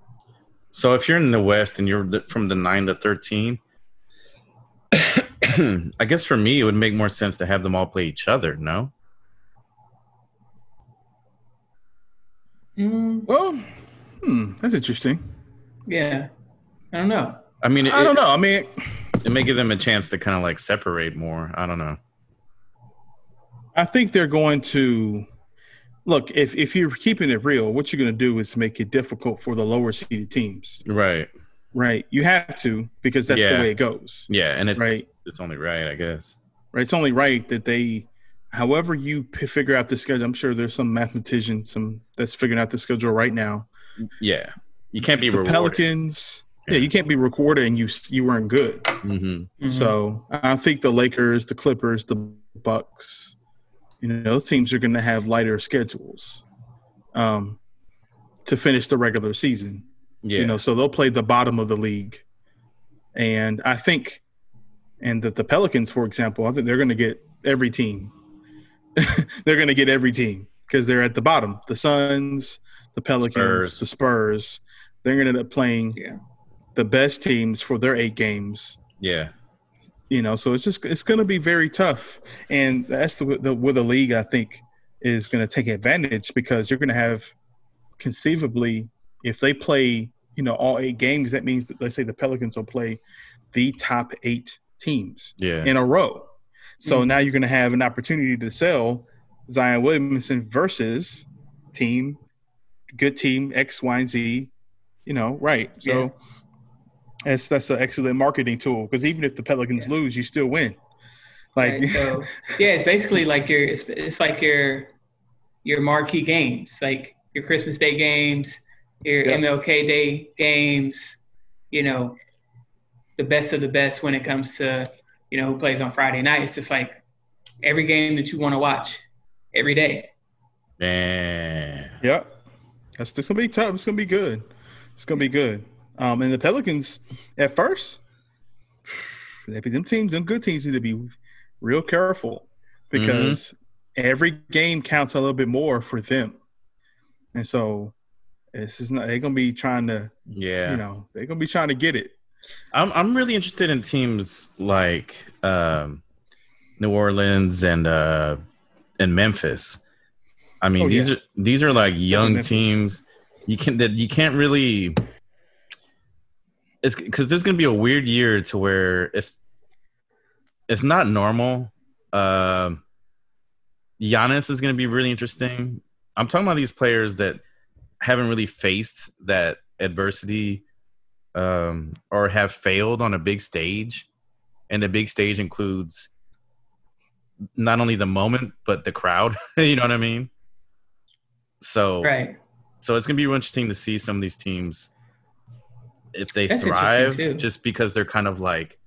B: So if you're in the West and you're th- from the nine to thirteen, [clears throat] I guess for me it would make more sense to have them all play each other. No,
C: Mm,
D: Well, hmm, that's interesting.
C: yeah. I don't know.
B: I mean it,
D: I don't know. I mean,
B: It, it may give them a chance to kind of like separate more. I don't know.
D: I think they're going to look if if you're keeping it real, what you're going to do is make it difficult for the lower seeded teams,
B: Right?
D: right? You have to because that's
B: Yeah.
D: the way it goes,
B: Yeah, and it's
D: Right.
B: it's only right, I guess.
D: right? It's only right that they, however you p- figure out the schedule. I'm sure there's some mathematician, some that's figuring out the schedule right now.
B: Yeah, you can't be
D: the
B: rewarded.
D: Pelicans, yeah.
B: Yeah.
D: you can't be recorded and you s- you weren't good.
B: hmm
C: Mhm.
D: So I think the Lakers, the Clippers, the Bucks, you know, those teams are going to have lighter schedules um, to finish the regular season.
B: Yeah,
D: You know, so they'll play the bottom of the league, and I think, and that the Pelicans, for example, I think they're going to get every team. [laughs] they're going to get every team because they're at the bottom. The Suns, the Pelicans,
B: Spurs.
D: the Spurs. They're going to end up playing
C: Yeah.
D: the best teams for their eight games
B: yeah,
D: you know so it's just it's going to be very tough and that's the, the where the league i think is going to take advantage because you're going to have conceivably if they play you know all eight games that means that let's say the pelicans will play the top eight teams
B: yeah,
D: in a row so
C: Mhm.
D: now you're going to have an opportunity to sell zion williamson versus team good team x y and z you know right so
C: Yeah.
D: that's that's an excellent marketing tool because even if the pelicans
C: Yeah.
D: lose you still win like
C: Right, so yeah, it's basically like your it's, it's like your your marquee games. Like you're your Christmas Day games, your
A: Yeah.
C: MLK Day games, you know, the best of the best when it comes to, you know, who plays on Friday night. It's just like every game that you want to watch every day.
B: Man.
D: Yeah, that's this gonna be tough. It's gonna be good. It's gonna be good. Um, and the Pelicans at first, they be them teams, them good teams need to be real careful because
B: Mm-hmm.
D: every game counts a little bit more for them, and so this is not they're gonna be trying to
B: Yeah.
D: you know they're gonna be trying to get it.
B: I'm I'm really interested in teams like um, New Orleans and uh, and Memphis. I mean,
D: Oh,
B: these
D: yeah.
B: are these are like young
D: Memphis.
B: teams. You can that you can't really. It's because this is gonna be a weird year to where it's it's not normal. Um Giannis is gonna be really interesting. I'm talking about these players that haven't really faced that adversity um, or have failed on a big stage, and the big stage includes not only the moment but the crowd. [laughs] you know what I mean? So,
C: Right.
B: so it's gonna be real interesting to see some of these teams if they
C: That's interesting, too.
B: thrive, just because they're kind of like,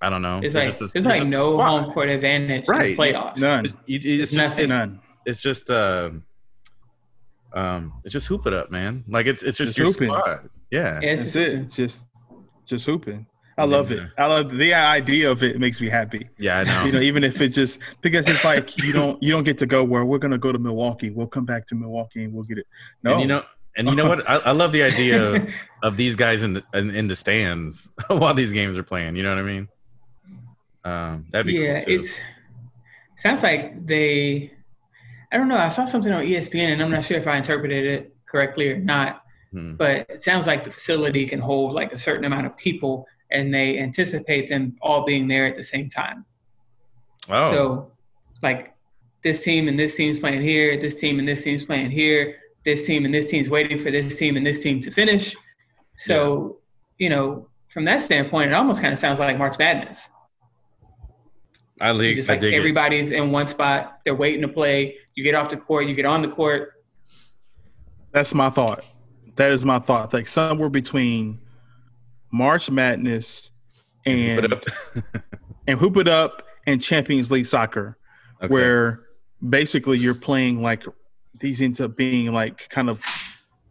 B: I don't know,
C: It's
B: they're
C: like
B: just a-
C: it's
B: they're
C: like
B: just a
C: no
B: squad.
C: home court advantage in
B: Right.
C: the playoffs.
D: None,
B: You- It's,
C: It's
B: just
C: nothing.
B: it's,
D: none.
B: it's just um, um, it's just hoop it up, man. Like it's it's just
D: Just
B: your
D: hoop it.
B: squad. Yeah,
C: Yeah, it's
D: That's
C: just-
D: it. It's just just hooping. I love it.
B: Yeah.
D: I love the idea of it. Makes me happy.
B: yeah, I know.
D: you know even if it's just because it's like you don't you don't get to go where we're gonna go to milwaukee we'll come back to milwaukee and we'll get it no
B: And you know, and you know what? I, I love the idea
C: [laughs]
B: of, of these guys in the in, in the stands [laughs] while these games are playing. You know what I mean? Um, that'd be
C: yeah,
B: cool too.
C: it's sounds like they. I don't know. I saw something on E ESPN, and I'm not sure if I interpreted it correctly or not.
B: Hmm.
C: But it sounds like the facility can hold like a certain amount of people, and they anticipate them all being there at the same time.
B: oh,
C: So, like this team and this team's playing here, this team and this team's playing here, this team and this team's waiting for this team and this team to finish. So, you know, from that standpoint, it almost kind of sounds like March Madness.
B: I,
C: It's
B: dig-
C: just
B: I
C: like
B: dig it.
C: everybody's in one spot. They're waiting to play. You get off the court. You get on the court.
D: that's my thought that is my thought like somewhere between march madness and
B: Hoop it up.
D: and hoop it up and champions league soccer
B: Okay.
D: where basically you're playing like these ends up being like kind of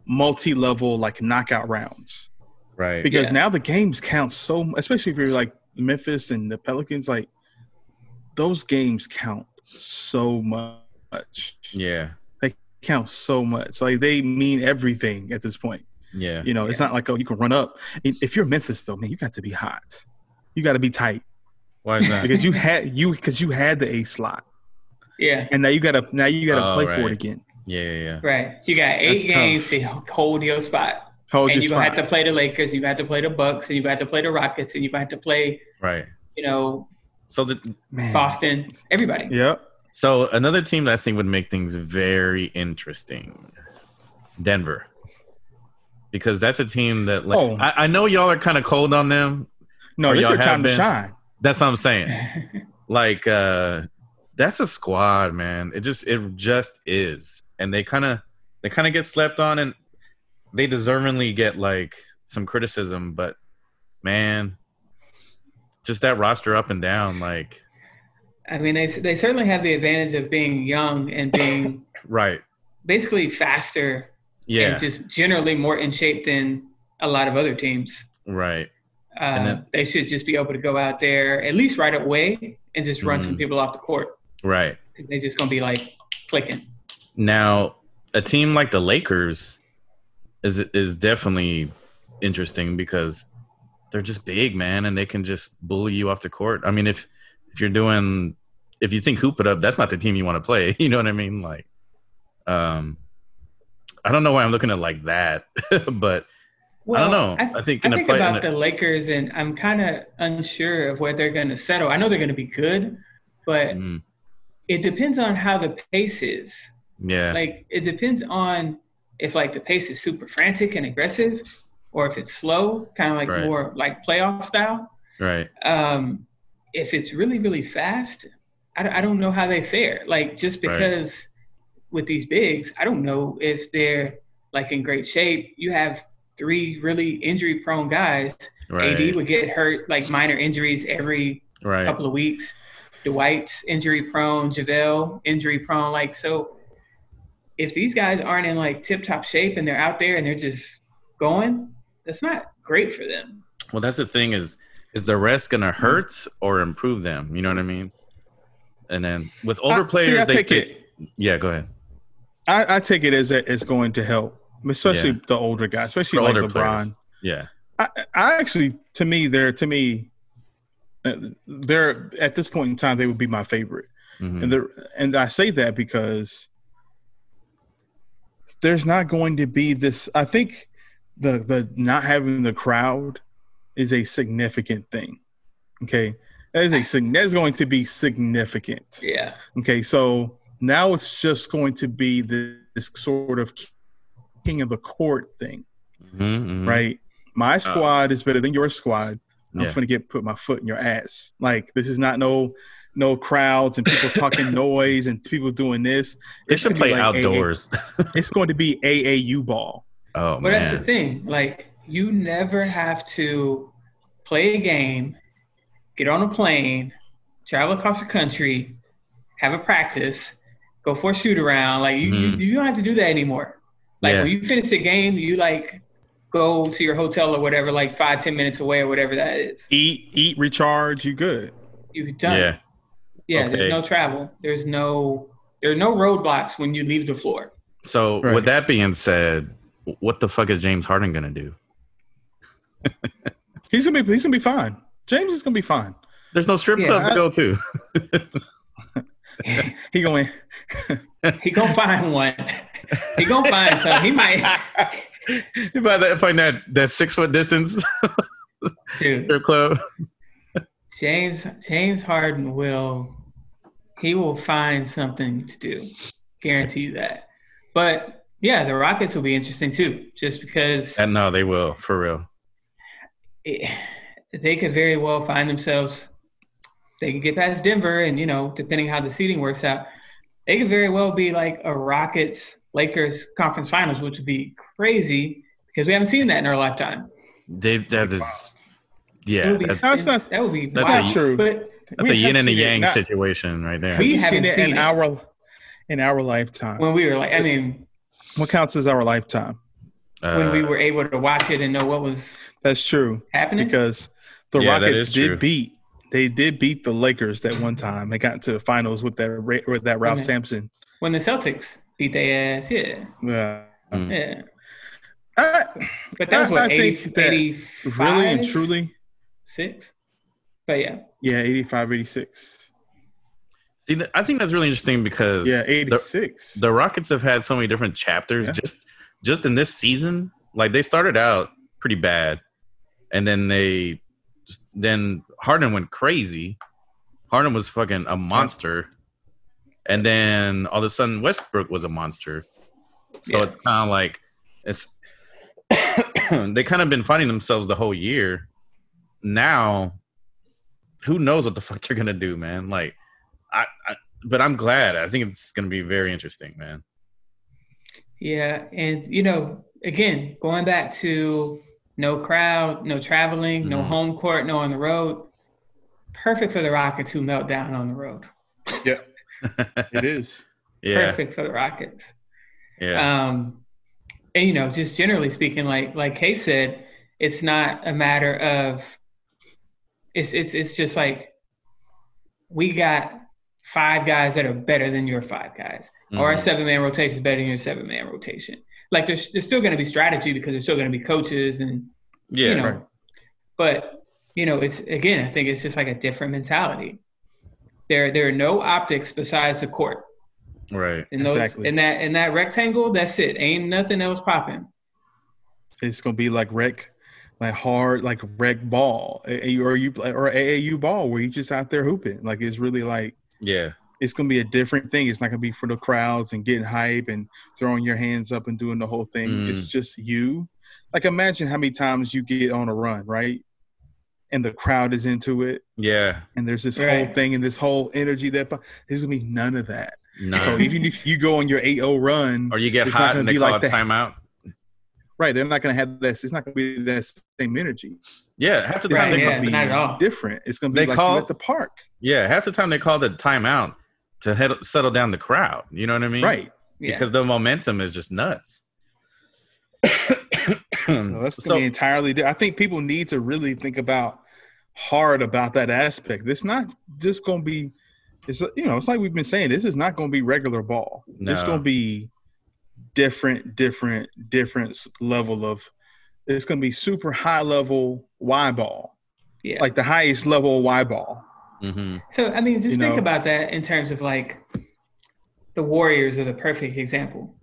D: multi-level like knockout rounds
B: right?
D: because
C: Yeah.
D: now the games count so mu- especially if you're like memphis and the pelicans like those games count so much
B: yeah,
D: count so much like they mean everything at this point
B: [laughs] yeah,
D: you know it's
C: Yeah.
D: not like oh you can run up I- if you're memphis though man you got to be hot you got to be tight
B: Why is that?
D: because you had you because you had the a slot
C: Yeah,
D: and now you got to now you got to
B: Oh,
D: play for
B: right.
D: it again
B: yeah, yeah,
C: right. You got
D: That's
C: eight
D: tough.
C: games to hold your spot,
D: hold
C: and
D: your
C: you're gonna
D: spot
C: have to play the Lakers. You have to play the Bucks, and you have to play the Rockets, and you have to play,
B: right.
C: you know,
B: So the
D: man
C: Boston. Everybody.
D: yep
B: so another team that I think would make things very interesting, Denver, because that's a team that like
D: Oh.
B: I, I know y'all are kind of cold on them.
D: no
B: Or
D: this
B: Oh, y'all
D: your time
B: have
D: to
B: been.
D: shine
B: That's what I'm saying. like uh that's a squad man it just it just is and they kind of they kind of get slept on and they deservingly get like some criticism but man just that roster up and down like
C: I mean, they they certainly have the advantage of being young and being
B: right
C: basically faster
B: yeah
C: and just generally more in shape than a lot of other teams.
B: right
C: Uh,
B: then-
C: they should just be able to go out there at least right away and just run some
B: Mhm.
C: people off the court.
B: right
C: They're just gonna be like clicking.
B: now a team like the lakers is is definitely interesting because they're just big, man, and they can just bully you off the court. I mean, if if you're doing if you think hoop it up, that's not the team you want to play. [laughs] You know what I mean? Like, um, I don't know why I'm looking at it like that, [laughs] but I don't know. I,
C: I,
B: think
C: I
B: in a
C: think
B: play,
C: about
B: in
C: the Lakers, and I'm kind of unsure of where they're going to settle. I know they're going to be good, but
B: a- mm,
C: it depends on how the pace is.
B: yeah,
C: Like, it depends on if like the pace is super frantic and aggressive, or if it's slow, kind of like
B: Right.
C: more like playoff style.
B: right,
C: um, if it's really really fast I, don't- I don't know how they fare like just
B: Right.
C: because with these bigs, I don't know if they're like in great shape. You have three really injury prone guys.
B: Right.
C: AD would get hurt like minor injuries every
B: right.
C: couple of weeks. Dwight's injury prone, JaVale injury prone. Like so if these guys aren't in like tip top shape and they're out there and they're just going, that's not great for them.
B: Well, that's the thing is, is the rest gonna
D: Mm-hmm.
B: hurt or improve them? You know what I mean? And then with older
D: I- Uh, Ah, see,
B: players,
D: I
B: they
D: take
B: could- Yeah, go ahead.
D: I, I take it as a, as going to help, especially
B: Yeah.
D: the older guys, especially
B: For
D: like
B: older
D: LeBron.
B: Yeah,
D: I, I actually, to me, they're to me, uh, they're at this point in time they would be my favorite,
B: Mhm.
D: and they're and I say that because there's not going to be this. I think the the not having the crowd is a significant thing. Okay, that is a sign. That's going to be significant.
C: Yeah.
D: Okay, so now it's just going to be this, this sort of king of the court thing,
B: Mhm, mhm.
D: right? My squad is better than your squad. I'm
B: Yeah.
D: gonna get put my foot in your ass. Like this is not no no crowds and
B: [laughs]
D: people talking noise and people doing this.
B: They
D: It's
B: should
D: gonna be
B: play
D: like AA
B: outdoors.
D: [laughs] it's going to be AAU ball.
B: oh
C: But that's the
B: man,
C: thing. Like, you never have to play a game, get on a plane, travel across the country, have a practice, go for a shoot around. Like, you,
B: Mhm.
C: you, you don't have to do that anymore. Like,
B: yeah,
C: when you finish the game, you like go to your hotel or whatever, like five, ten minutes away or whatever that is.
D: Eat, eat, recharge. You good?
C: You're done.
B: yeah,
C: Yeah,
B: Okay.
C: there's no travel. There's no there are no roadblocks when you leave the floor.
B: So
D: Right.
B: with that being said, what the fuck is James Harden gonna do?
D: He's gonna be he's gonna be fine. James is gonna be fine.
B: There's no strip
C: Yeah,
B: club to
D: I-
B: go
D: [laughs]
B: to.
D: He going.
C: He gonna find one. [laughs] he gonna find some. He might [laughs]
B: By that, find that that six foot
D: [laughs]
B: distance
C: dude.
B: strip club.
C: James James Harden will he will find something to do. Guarantee you that. But yeah, the Rockets will be interesting too, just because
B: And Uh, no, they will for real.
C: it, they could very well find themselves. They could get past Denver, and you know, depending how the seating works out, they could very well be like a Rockets Lakers conference finals, which would be crazy because we haven't seen that in our lifetime.
B: They that is,
C: It
B: yeah,
C: would be
B: that's,
D: That's not-
C: ins- that would be
B: that's
C: wild.
D: not true.
C: But
B: that's a
D: We
B: yin and
D: have
B: a
D: seen it
B: yang
D: not-
B: situation right there.
C: We
D: We've
C: haven't
D: seen it in
C: seen it.
D: our in our lifetime.
C: when we were like, I mean,
D: What counts as our lifetime?
B: Uh,
C: when we were able to watch it and know what was
D: That's true
C: happening,
D: because the
B: Yeah, that
D: Rockets
B: is
D: did
B: true.
D: beat. They did beat the Lakers that one time. They got to the finals with that Ra- with that Ralph
C: Mhm.
D: Sampson.
C: when the Celtics beat their ass, yeah,
D: Yeah.
B: Mm.
C: yeah.
D: I,
C: But that was
D: I- I
C: what
D: think
C: 80,
D: that
C: 85,
D: really and truly,
C: six. But yeah,
D: yeah, 85, 86.
B: See, th- I think that's really interesting because
D: Yeah,
B: the,
D: 86.
B: the Rockets have had so many different chapters
D: Yeah.
B: just just in this season. Like they started out pretty bad, and then they just, then Harden went crazy. Harden was fucking a monster, and then all of a sudden Westbrook was a monster. So
C: Yeah.
B: it's kind of like it's [coughs] they kind of been fighting themselves the whole year. Now, who knows what the [laughs] fuck they're gonna do, man? Like, I, I but I'm glad. I think it's gonna be very interesting, man.
C: Yeah, and you know, again, going back to no crowd, no traveling, no
D: Mm-hmm.
B: Mhm.
C: home court, no on the road. Perfect for the Rockets who melt down on the road.
D: it is.
B: yeah,
C: Perfect for the Rockets.
B: yeah,
C: Um, and you know, just generally speaking, like like Kay said, it's not a matter of it's it's it's just like we got five guys that are better than your five guys.
D: uh,
C: or a
B: Mhm.
C: seven man rotation is better than your seven man rotation. Like there's there's still going to be strategy because there's still going to be coaches and
B: yeah,
C: you know,
D: right.
C: but you know it's again I think it's just like a different mentality. There there are no optics besides the court
B: right.
C: in those
D: Exactly.
C: in that in that rectangle. That's it. Ain't nothing else popping.
D: It's going to be like wreck, like hard, like wreck ball, A- or you or AAU ball where you just out there hooping. Like it's really like
B: Yeah,
D: it's going to be a different thing. It's not going to be for the crowds and getting hype and throwing your hands up and doing the whole thing.
B: Mm.
D: It's just you. Like imagine how many times you get on a run, right? And the crowd is into it,
B: yeah.
D: and there's this
C: Right.
D: whole thing and this whole energy that. There's going to be none of that.
B: No.
D: So even if you go on your 8-0 run,
B: or you get
D: it's
B: hot
D: not gonna
B: and they
D: be
B: call
D: like
B: a
D: that.
B: timeout.
D: right, they're not going to have that. It's not going to be that same energy.
B: Yeah, half the
D: It's
B: time
C: Right,
B: they
D: gonna
C: yeah,
B: call,
D: be
C: not at all.
D: different. It's going to be
B: They
D: like
B: call-
D: you at the park,
B: yeah, half the time they call the timeout to head, settle down the crowd. You know what I mean?
D: right?
C: Yeah.
B: Because the momentum is just nuts.
D: [coughs]
B: Hmm.
D: So that's going to be entirely. Di- I think people need to really think about hard about that aspect. It's not just going to be. It's you know, it's like we've been saying. This is not going to be regular ball. It's
B: No.
D: going to be different, different, different s- level of. It's going to be super high level Y ball,
C: yeah.
D: like the highest level Y ball.
B: Mhm.
C: So I mean, just
D: You
C: think
D: know?
C: about that in terms of like the Warriors are the perfect example.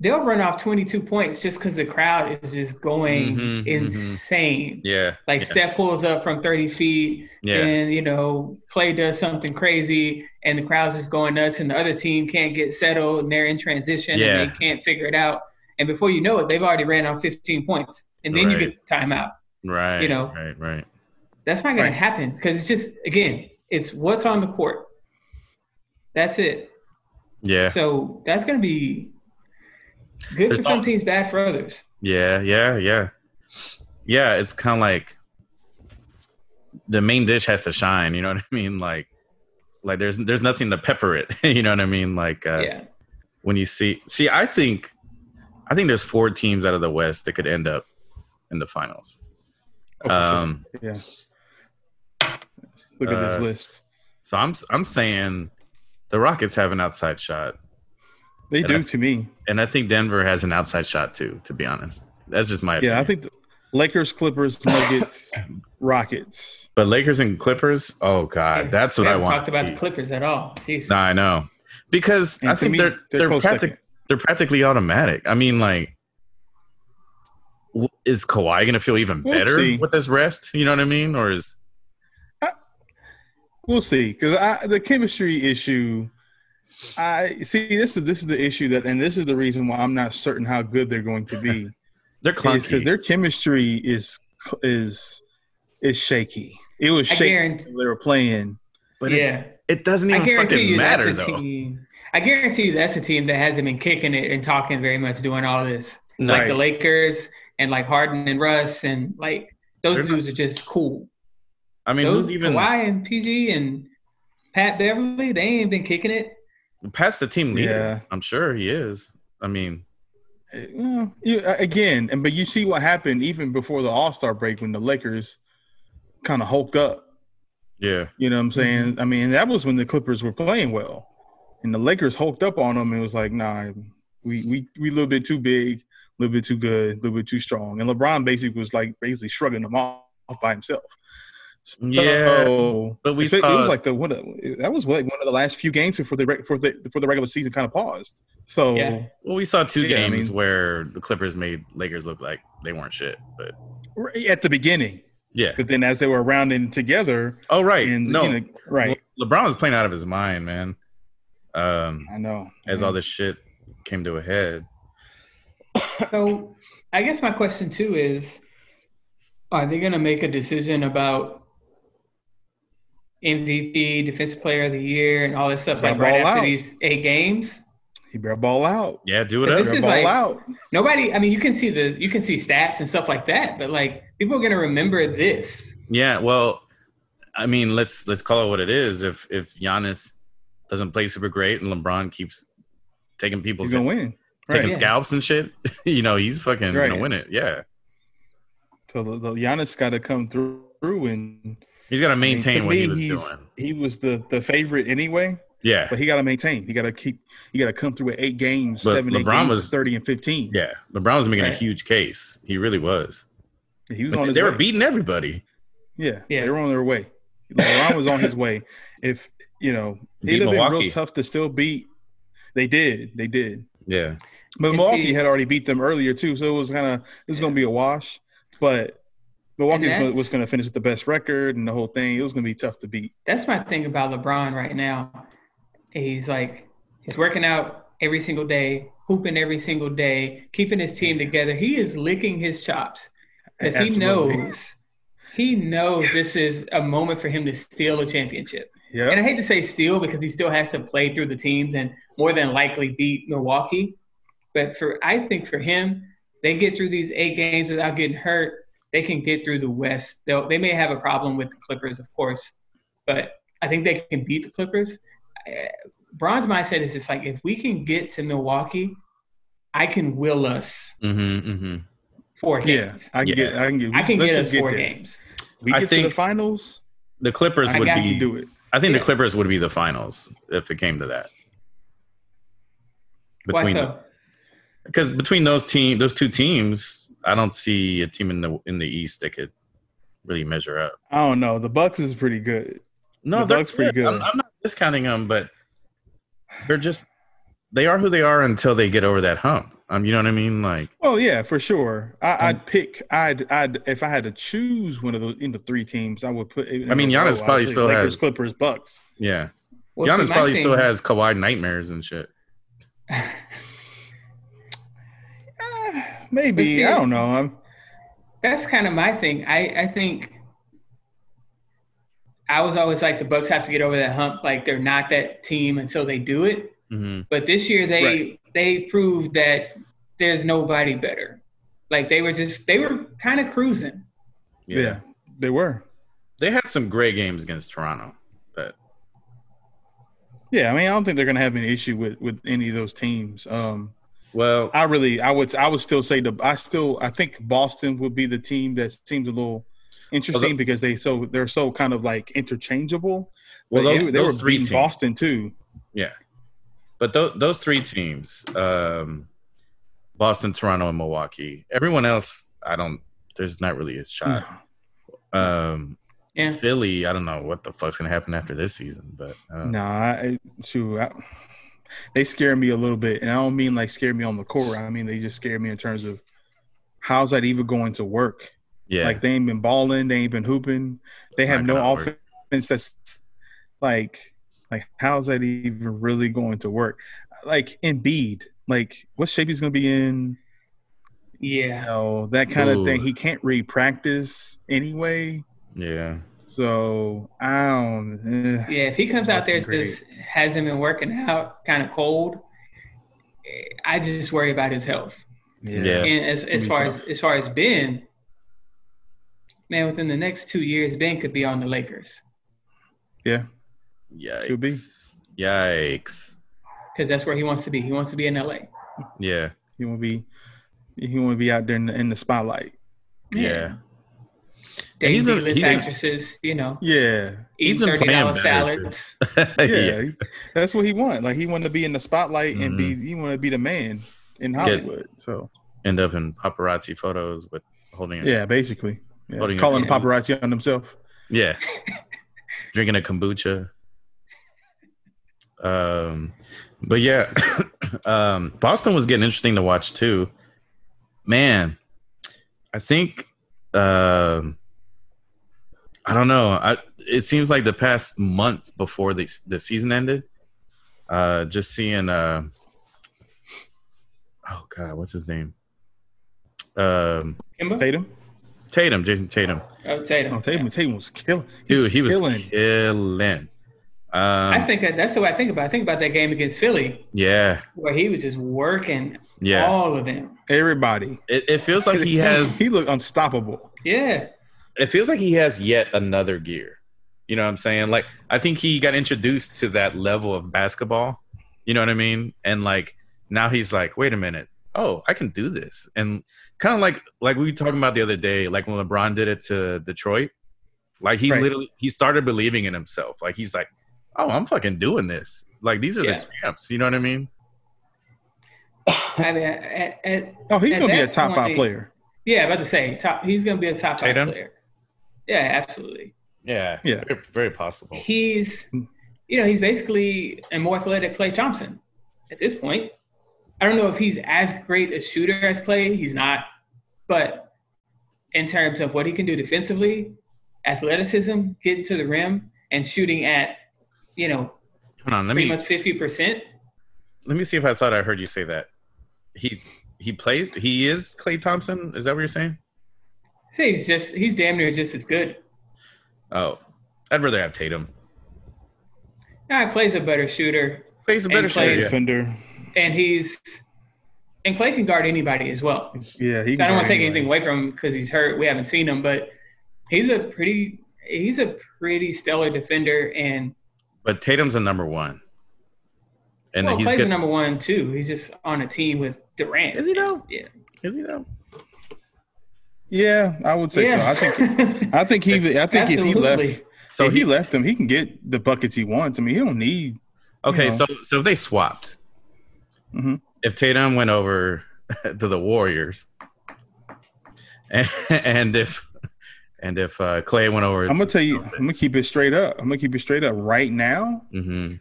C: They'll run off 22 points just because the crowd is just going
B: Mhm, mhm.
C: insane.
B: yeah,
C: Like
B: yeah,
C: Steph pulls up from 30 feet,
B: yeah,
C: and you know Clay does something crazy, and the crowd's just going nuts, and the other team can't get settled, and they're in transition,
B: Yeah.
C: and they can't figure it out, and before you know it, they've already ran off 15 points, and then you
B: Right.
C: get the timeout.
B: right,
C: you know.
B: right, right.
C: That's not going
D: Right.
C: to happen because it's just again, it's what's on the court. That's it.
B: Yeah,
C: So that's going to be good for
B: There's
C: some
B: al-
C: teams, bad for others.
B: yeah, yeah, yeah, yeah. It's kind of like the main dish has to shine. You know what I mean? Like, like there's there's nothing to pepper it. [laughs] you know what I mean? Like, uh,
C: yeah,
B: when you see see i think i think there's four teams out of the west that could end up in the finals
D: Oh, for
B: um
D: sure. Yeah. Let's Look at this
B: uh,
D: list.
B: so i'm i'm saying the rockets have an outside shot
D: They
B: and
D: do
B: I-
D: to me.
B: and i think denver has an outside shot too to be honest that's just my opinion.
D: Yeah, I think the Lakers,
B: [laughs]
D: Clippers, Nuggets, Rockets.
B: but lakers and clippers oh god
C: Yeah.
B: that's what
C: we
B: i
C: haven't
B: want
C: talked about the Clippers at all. Jeez.
B: no i know because
D: And
B: i
D: to
B: think
D: me,
B: they're they're,
D: close
B: practic-
D: second.
B: they're practically automatic i mean like w- is Kawhi gonna feel even
D: We'll
B: better
D: see.
B: with this rest? You know what I mean? Or is
D: We'll see, because the chemistry issue. I see. This is this is the issue that, and this is the reason why I'm not certain how good they're going to be,
B: they're
D: is
B: clunky?
D: because their chemistry is is is shaky. It was
C: I
D: shaky
C: guarantee.
D: when they were playing.
B: but it
C: yeah,
B: It doesn't
C: I
B: even
C: guarantee
B: fucking
C: you
B: matter
C: that's a
B: though.
C: team. I guarantee you that's a team that hasn't been kicking it and talking very much, doing all this. Like
D: Right.
C: the Lakers and like Harden and Russ and like those
B: They're not-
C: dudes are just cool.
B: I mean,
C: those
B: who's even
C: Kawhi and PG and Pat Beverly, they ain't been kicking it.
B: Pat's the team leader?
D: Yeah.
B: I'm sure he is. I mean,
D: Eh, well, you- again, and but you see what happened even before the All Star break when the Lakers kind of hulked up.
B: yeah,
D: You know what I'm saying?
B: Mm-hmm.
D: I mean, that was when the Clippers were playing well, and the Lakers hulked up on them and was like, "Nah, we we we a little bit too big, a little bit too good, a little bit too strong." And LeBron basically was like basically shrugging them off by himself. So,
B: Yeah, but we
D: it's- it,
B: saw-
D: was like the one of, that was like one of the last few games before the reg- before the before the regular season kind of paused. So
C: Yeah.
B: well, we saw two
D: Yeah, I
B: games
D: mean-
B: where the Clippers made Lakers look like they weren't shit, but
D: right at the beginning,
B: yeah.
D: but then as they were rounding together,
B: Oh right,
D: and
B: no,
D: you know, right,
B: Le- LeBron was playing out of his mind, man. Um,
D: I know
B: as all this shit came to a head,
C: So I guess my question too is are they going to make a decision about MVP, Defensive Player of the Year, and all this stuff
D: Gotta
C: like right
D: ball
C: after
D: out.
C: these eight games?
D: he better ball out.
B: yeah, do it
D: He
B: up.
C: This
D: better
C: is
D: ball
C: like-
D: out.
C: Nobody, I mean, you can see the you can see stats and stuff like that, but like people are going to remember this.
B: Yeah, well, I mean, let's let's call it what it is. If if Giannis doesn't play super great and LeBron keeps taking people's
D: He's gonna win. Right.
B: taking
C: Yeah.
B: scalps and shit, [laughs] you know, he's fucking
D: Right.
B: gonna win it. Yeah.
D: So the, the Giannis got to come through, and
B: He's gotta
D: I mean,
B: maintain
D: to
B: what
D: me,
B: he was
D: he's-
B: doing.
D: he was the the favorite anyway.
B: Yeah.
D: But he got to maintain. He got to keep. He got to come through with eight games,
B: But
D: seven, eight
B: LeBron
D: games,
B: was-
D: thirty and fifteen.
B: Yeah. LeBron was making a
C: Right.
B: huge case. He really was.
D: he was
B: Like,
D: on his.
B: they
D: way.
B: were beating everybody.
D: Yeah,
C: Yeah.
D: they were on their way. LeBron was on his way. If you know,
B: [laughs] Beat
D: it'd have been
B: Milwaukee.
D: real tough to still beat. They did. They did.
B: Yeah.
D: But
C: And
D: Milwaukee
C: see-
D: had already beat them earlier too, so it was kind of it was going to be a wash. But Milwaukee
C: that's-
D: was going to finish with the best record and the whole thing. It was going to be tough to beat.
C: That's my thing about LeBron right now. He's like he's working out every single day, hooping every single day, keeping his team together. He is licking his chops because he
D: Absolutely.
C: knows he knows this is a moment for him to steal a championship.
D: Yeah.
C: And I hate to say steal because he still has to play through the teams and more than likely beat Milwaukee. But for I think for him, they get through these eight games without getting hurt. They can get through the West. They'll, they may have a problem with the Clippers, of course, but I think they can beat the Clippers. Eh, Bron's mindset is just like if we can get to Milwaukee, I can will us
B: Mm-hmm, mm-hmm.
C: four
D: Yeah,
C: games.
D: I can
B: Yeah.
D: get. I can get.
C: I can
D: let's
C: get
D: just
C: us four
D: there.
C: games.
D: We
B: I
D: get to
B: think
D: the finals.
B: The Clippers
D: I
B: would
C: got
D: think we
B: be.
D: can do it.
B: I think
C: Yeah.
B: the Clippers would be the finals if it came to that.
C: Why
B: Between
C: so?
B: because between those team, those two teams, I don't see a team in the in the East that could really measure up.
D: I don't know. The Bucks is pretty good.
B: No,
D: The
B: they're
D: Bucks pretty
B: I'm,
D: good.
B: I'm not discounting them, but they're just they are who they are until they get over that hump. Um, you know what I mean? Like,
D: Well, Oh, yeah, for sure. I, I'd pick. I'd. I'd. If I had to choose one of the in the three teams, I would put. in
B: I mean,
D: a row,
B: Giannis probably
D: I'd say
B: still
D: Lakers,
B: has-
D: Clippers, Bucks.
B: yeah,
C: Well,
B: Giannis
C: see, my
B: probably still
C: thing-
B: has Kawhi nightmares and shit.
D: Eh, maybe
C: But see-
D: I don't know. I'm,
C: That's kind of my thing. I, I think I was always like the Bucks have to get over that hump. Like they're not that team until they do it.
D: Mm-hmm.
B: hmm
C: But this year they
D: Right.
C: they proved that there's nobody better. Like they were just they were kind of cruising.
D: yeah. they were.
B: they had some great games against Toronto, but
D: Yeah, I mean, I don't think they're gonna have any issue with with any of those teams. Um,
B: well,
D: I really, I would, I would still say the. I still, I think Boston would be the team that seems a little interesting because they so they're so kind of like interchangeable.
B: well,
D: They-
B: those,
D: they,
B: those
D: were
B: three
D: beating
B: teams.
D: Boston too.
B: But th- those three teams, um, Boston, Toronto, and Milwaukee. Everyone else, I don't. There's not really a shot. Um,
C: Yeah.
B: Philly, I don't know what the fuck's gonna happen after this season, but uh,
D: Nah, I, I- shoot, I, they scare me a little bit, and I don't mean like scare me on the court. I mean they just scare me in terms of how's that even going to work?
B: yeah,
D: Like they ain't been balling, they ain't been hooping, they
B: It's
D: have
B: not
D: no
B: gonna
D: offense.
B: work.
D: That's like, like how's that even really going to work? Like Embiid, like what shape he's going to be in? You
C: Yeah.
D: know that kind
B: Ooh.
D: of thing. He can't re practice anyway,
B: yeah.
D: so I don't. eh.
C: Yeah. If he comes out there
D: Great.
C: just hasn't been working out, kind of cold, eh, I just worry about his health.
B: Yeah.
C: And as,
D: It'll
C: as
D: be
C: far
D: tough.
C: as as far as Ben, man, within the next two years, Ben could be on the Lakers
B: Yikes.
D: Could be.
B: Yikes.
C: because that's where he wants to be. He wants to be in LA.
B: Yeah.
D: He won't be. He won't be out there in the, in the spotlight.
B: Yeah. [laughs] And
C: Dating
B: he's been-
C: B-list
B: he's been-
C: actresses, you know,
D: Yeah,
B: He's
C: eating
B: been
C: thirty
B: playing
C: dollar
B: better,
C: salads.
B: [laughs] yeah.
D: yeah. That's what he want. Like he wanted to be in the spotlight and be.
B: Mm-hmm.
D: He wanted to be the man in Hollywood. So
B: End up in paparazzi photos with holding.
D: yeah, basically, yeah.
B: Holding a
D: calling the
C: can.
D: paparazzi on himself.
B: Yeah. Drinking a kombucha. Um, but yeah, [coughs] um, Boston was getting interesting to watch too. Man, I think um, I don't know. I it seems like the past months before the the season ended, uh, just seeing uh, oh god, what's his name? Um,
C: Kimba?
D: Tatum.
B: Tatum, Jason Tatum.
C: Oh, Tatum.
D: Oh, Tatum. Tatum was killing.
B: Dude, he was
D: killing.
B: killing. Um,
C: I think that, that's the way I think about. it. I think about that game against Philly
B: Yeah,
C: where he was just working
B: yeah.
C: all of them.
D: Everybody.
B: It, it feels
C: [laughs]
B: like
D: [laughs]
B: he has.
D: He looked unstoppable.
C: Yeah,
B: It feels like he has yet another gear. You know what I'm saying? Like I think he got introduced to that level of basketball. You know what I mean? And like now he's like, wait a minute. Oh, I can do this. And kind of like like we were talking about the other day, like when LeBron did it to Detroit. Like he
D: Right.
B: literally he started believing in himself. Like he's like, oh, I'm fucking doing this. Like these are
C: Yeah.
B: the champs. You know what I mean?
C: I mean, at, at,
D: Oh, he's
C: At
D: gonna be a
C: that
D: top five
C: point-
D: player.
C: yeah, about to say top. He's gonna be a top five
B: Tatum?
C: player. Yeah, absolutely.
B: Yeah.
D: Yeah.
B: Very, very possible.
C: He's, you know, he's basically a more athletic Clay Thompson at this point. I don't know if he's as great a shooter as Clay. He's not, but in terms of what he can do defensively, athleticism, getting to the rim, and shooting at, you know,
B: Hold on, let
C: pretty
B: me
C: much fifty percent.
B: let me see if I thought I heard you say that. He he played. He is Clay Thompson. Is that what you're saying?
C: Say he's just he's damn near just as good.
B: Oh, I'd rather have Tatum.
C: Yeah, Clay's a better shooter,
B: Plays a
C: And
B: better shooter.
C: plays-
B: Yeah.
D: Defender.
C: and he's and Clay can guard anybody as well.
D: Yeah, he.
C: I don't want to take
D: anyway.
C: anything away from him because he's hurt. We haven't seen him, but he's a pretty he's a pretty stellar defender, and
B: But Tatum's a number one, and
C: well,
B: he's
C: Clay's
B: good.
C: the number one too. He's just on a team with Durant.
B: Is he though?
C: Yeah.
B: Is he though?
D: Yeah, I would say
C: yeah,
D: so. I think. I think he. I think if he left,
C: Absolutely.
B: So
D: if
B: he,
D: he left him, he can get the buckets he wants. I mean, he don't need.
B: okay.
D: you know.
B: So so if they swapped,
D: Mhm.
B: if Tatum went over [laughs] to the Warriors, [laughs] and, and if and if uh, Clay went over,
D: I'm gonna
B: to,
D: tell you. I'm gonna keep it straight up. I'm gonna keep it straight up. Right now,
B: Mhm,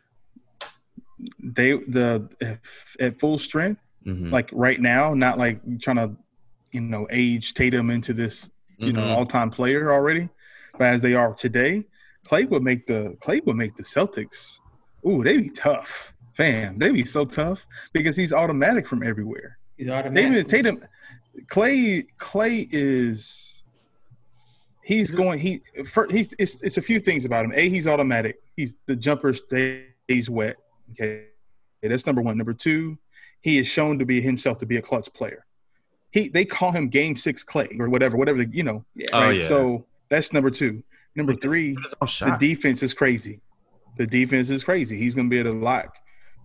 D: they the if, at full strength,
B: mhm,
D: like right now, not like trying to, you know, age Tatum into this you know
B: mhm.
D: all time player already, but as they are today, Clay would make the Clay would make the Celtics. Ooh, they be tough, fam. They be so tough because he's automatic from everywhere.
C: [laughs] He's automatic.
D: Tatum, Tatum, Clay, Clay is he's going he first, he's it's it's a few things about him. A, he's automatic. He's the jumper stays wet. Okay, Yeah, that's number one. Number two, he is shown to be himself to be a clutch player. He they call him Game Six Clay or whatever, whatever the, you know.
C: Yeah.
B: Oh,
D: right?
B: yeah.
D: So that's number two. Number three,
B: His own
D: the
B: shot.
D: defense is crazy. The defense is crazy. He's going to be able to lock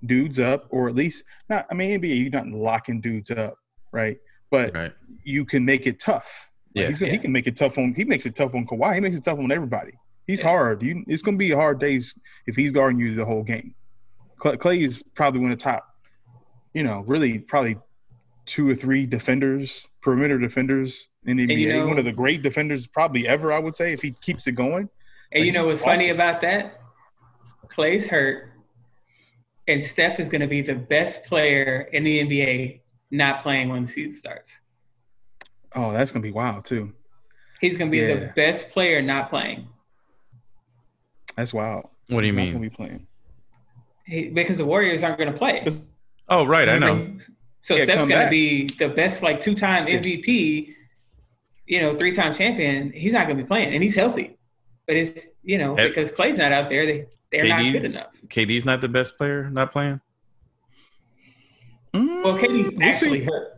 D: dudes up, or at least not. I mean, NBA, you're not locking dudes up, right? But
B: right.
D: you can make it tough. Like,
B: Yeah.
D: he's gonna, he
C: Yeah.
D: can make it tough on. He makes it tough on Kawhi. He makes it tough on everybody. He's
C: Yeah.
D: hard. You, it's going to be hard days if he's guarding you the whole game. Clay, Clay is probably one of the top, you know, really probably two or three defenders, perimeter defenders in the
C: And
D: NBA.
C: you know-
D: one of the great defenders probably ever, I would say, if he keeps it going.
C: And you
D: Like,
C: know
D: he's
C: what's funny
D: awesome.
C: about that? Clay's hurt, and Steph is going to be the best player in the NBA not playing when the season starts.
D: Oh, that's gonna be wild too.
C: He's going to be
D: Yeah.
C: the best player not playing
D: That's wild.
B: What do you
D: He's not
B: mean?
D: gonna be playing?
C: he, because the Warriors aren't going to play.
B: Oh, right. I know.
C: So
D: Yeah,
C: Steph's
D: come
C: going to
D: back.
C: be the best, like two time MVP, you know, three time champion. He's not going to be playing, and he's healthy. But it's you know
B: Eh.
C: because Clay's not out there, they they're not
B: KD's?
C: good enough.
B: KD's not the best player. Not playing.
C: Well, KD's
D: Mm, We'll see.
C: actually hurt.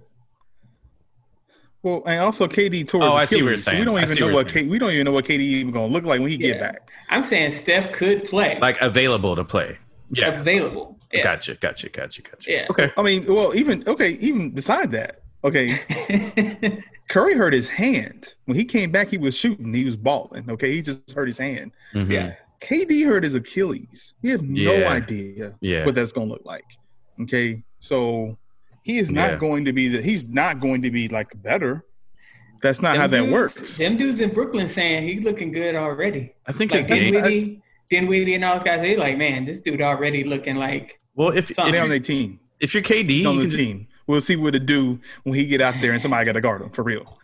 D: Well, and also KD tore his
B: Oh, I
D: Achilles,
B: see what you're
D: so
B: saying.
D: we don't
B: I
D: even
B: see
D: know
B: what
D: what
B: you're
D: K, we don't even know what KD even gonna look like when he get
C: Yeah.
D: back.
C: I'm saying Steph could play,
B: Like available to play. Yeah.
C: available. Yeah.
B: Gotcha. Gotcha. Gotcha. Gotcha.
C: Yeah.
B: Okay.
D: I mean, well, even okay, even beside that, okay,
C: [laughs]
D: Curry hurt his hand when he came back. He was shooting, he was balling. Okay, he just hurt his hand.
B: Mhm.
C: Yeah.
D: KD hurt his Achilles. We have no
B: Yeah.
D: idea
B: Yeah.
D: what that's gonna look like. Okay, so he is not
B: Yeah.
D: going to be that. He's not going to be like better. That's not
C: Them
D: how that
C: dudes-
D: works.
C: Them dudes in Brooklyn saying he looking good already.
B: I think his
C: Like
B: game.
C: Dinwiddie, Dinwiddie and all those guys, they like, man, this dude already looking like
B: Well, if if,
C: Something.
D: They
B: you,
D: on their team.
B: if you're KD,
D: He's on
B: you
D: the
B: can just-
D: team. We'll see what it do when he get out there and somebody got to guard him for real.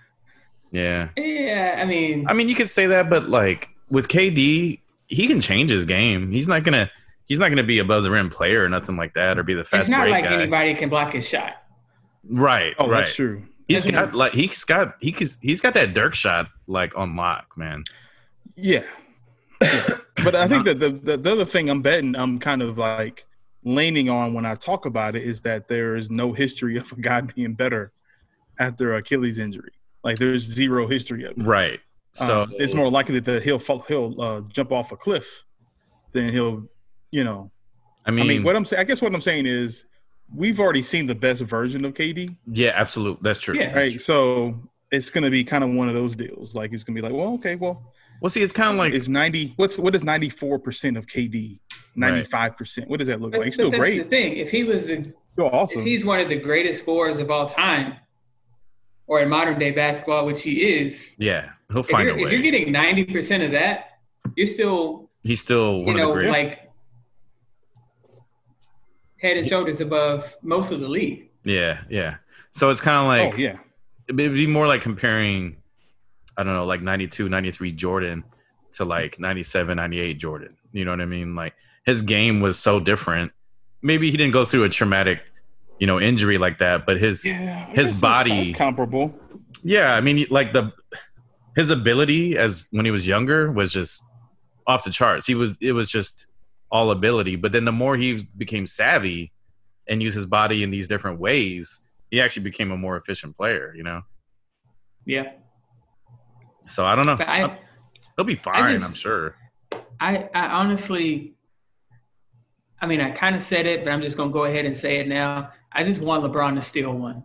B: yeah.
C: yeah. I mean,
B: I mean, you could say that, but like with KD, he can change his game. He's not gonna he's not gonna be above the rim player or nothing like that, or be the fast
C: it's not
B: break
C: like
B: guy.
C: anybody can block his shot.
B: Right,
D: Oh,
B: right.
D: that's true.
B: He's
C: That's
B: got
C: true.
B: like he's got he can, he's got that Dirk shot like on lock, man.
D: Yeah. Yeah. [laughs] but I think that the, the the other thing I'm betting I'm kind of like leaning on when I talk about it is that there is no history of a guy [laughs] being better after Achilles injury. Like there's zero history of it.
B: Right. So
D: Um, it's more likely that he'll fall, he'll uh, jump off a cliff than he'll you know.
B: I mean,
D: I mean, what I'm saying, I guess what I'm saying is we've already seen the best version of KD.
B: yeah, absolute. That's true.
C: Yeah.
B: That's
D: Right.
B: true.
D: So it's gonna be kind of one of those deals. Like it's gonna be like, well, okay, well,
B: Well, see, it's kind of like
D: it's ninety. What's what is ninety four percent of KD?
B: Right.
D: Ninety five percent. What does that look
C: But,
D: like? It's
C: but
D: still
C: that's the
D: great.
C: thing. If he was the,
D: Still
C: if
D: awesome.
C: he's one of the greatest scorers of all time, or in modern day basketball, which he is,
B: yeah, he'll
C: if
B: find
C: you're,
B: a
C: if you're
B: way.
C: getting ninety percent of that, you're still
B: he's still
C: you
B: one
C: know,
B: of the greatest.
C: like head and shoulders above most of the league.
B: yeah, yeah. So it's kind of like
D: oh yeah.
B: it'd be more like comparing i don't know like 92 93 jordan to like 97 98 jordan you know what i mean like his game was so different maybe he didn't go through a traumatic you know injury like that but his yeah,
D: Yeah.
B: his body-
D: is comparable.
B: i mean like the his ability as when he was younger was just off the charts he was it was just all ability. But then the more he became savvy and used his body in these different ways, he actually became a more efficient player. You know,
C: Yeah.
B: so I don't know.
C: But I,
B: He'll be fine,
C: just-
B: I'm sure.
C: I, I honestly, I mean, I kind of said it, but I'm just gonna go ahead and say it now. I just want LeBron to steal one.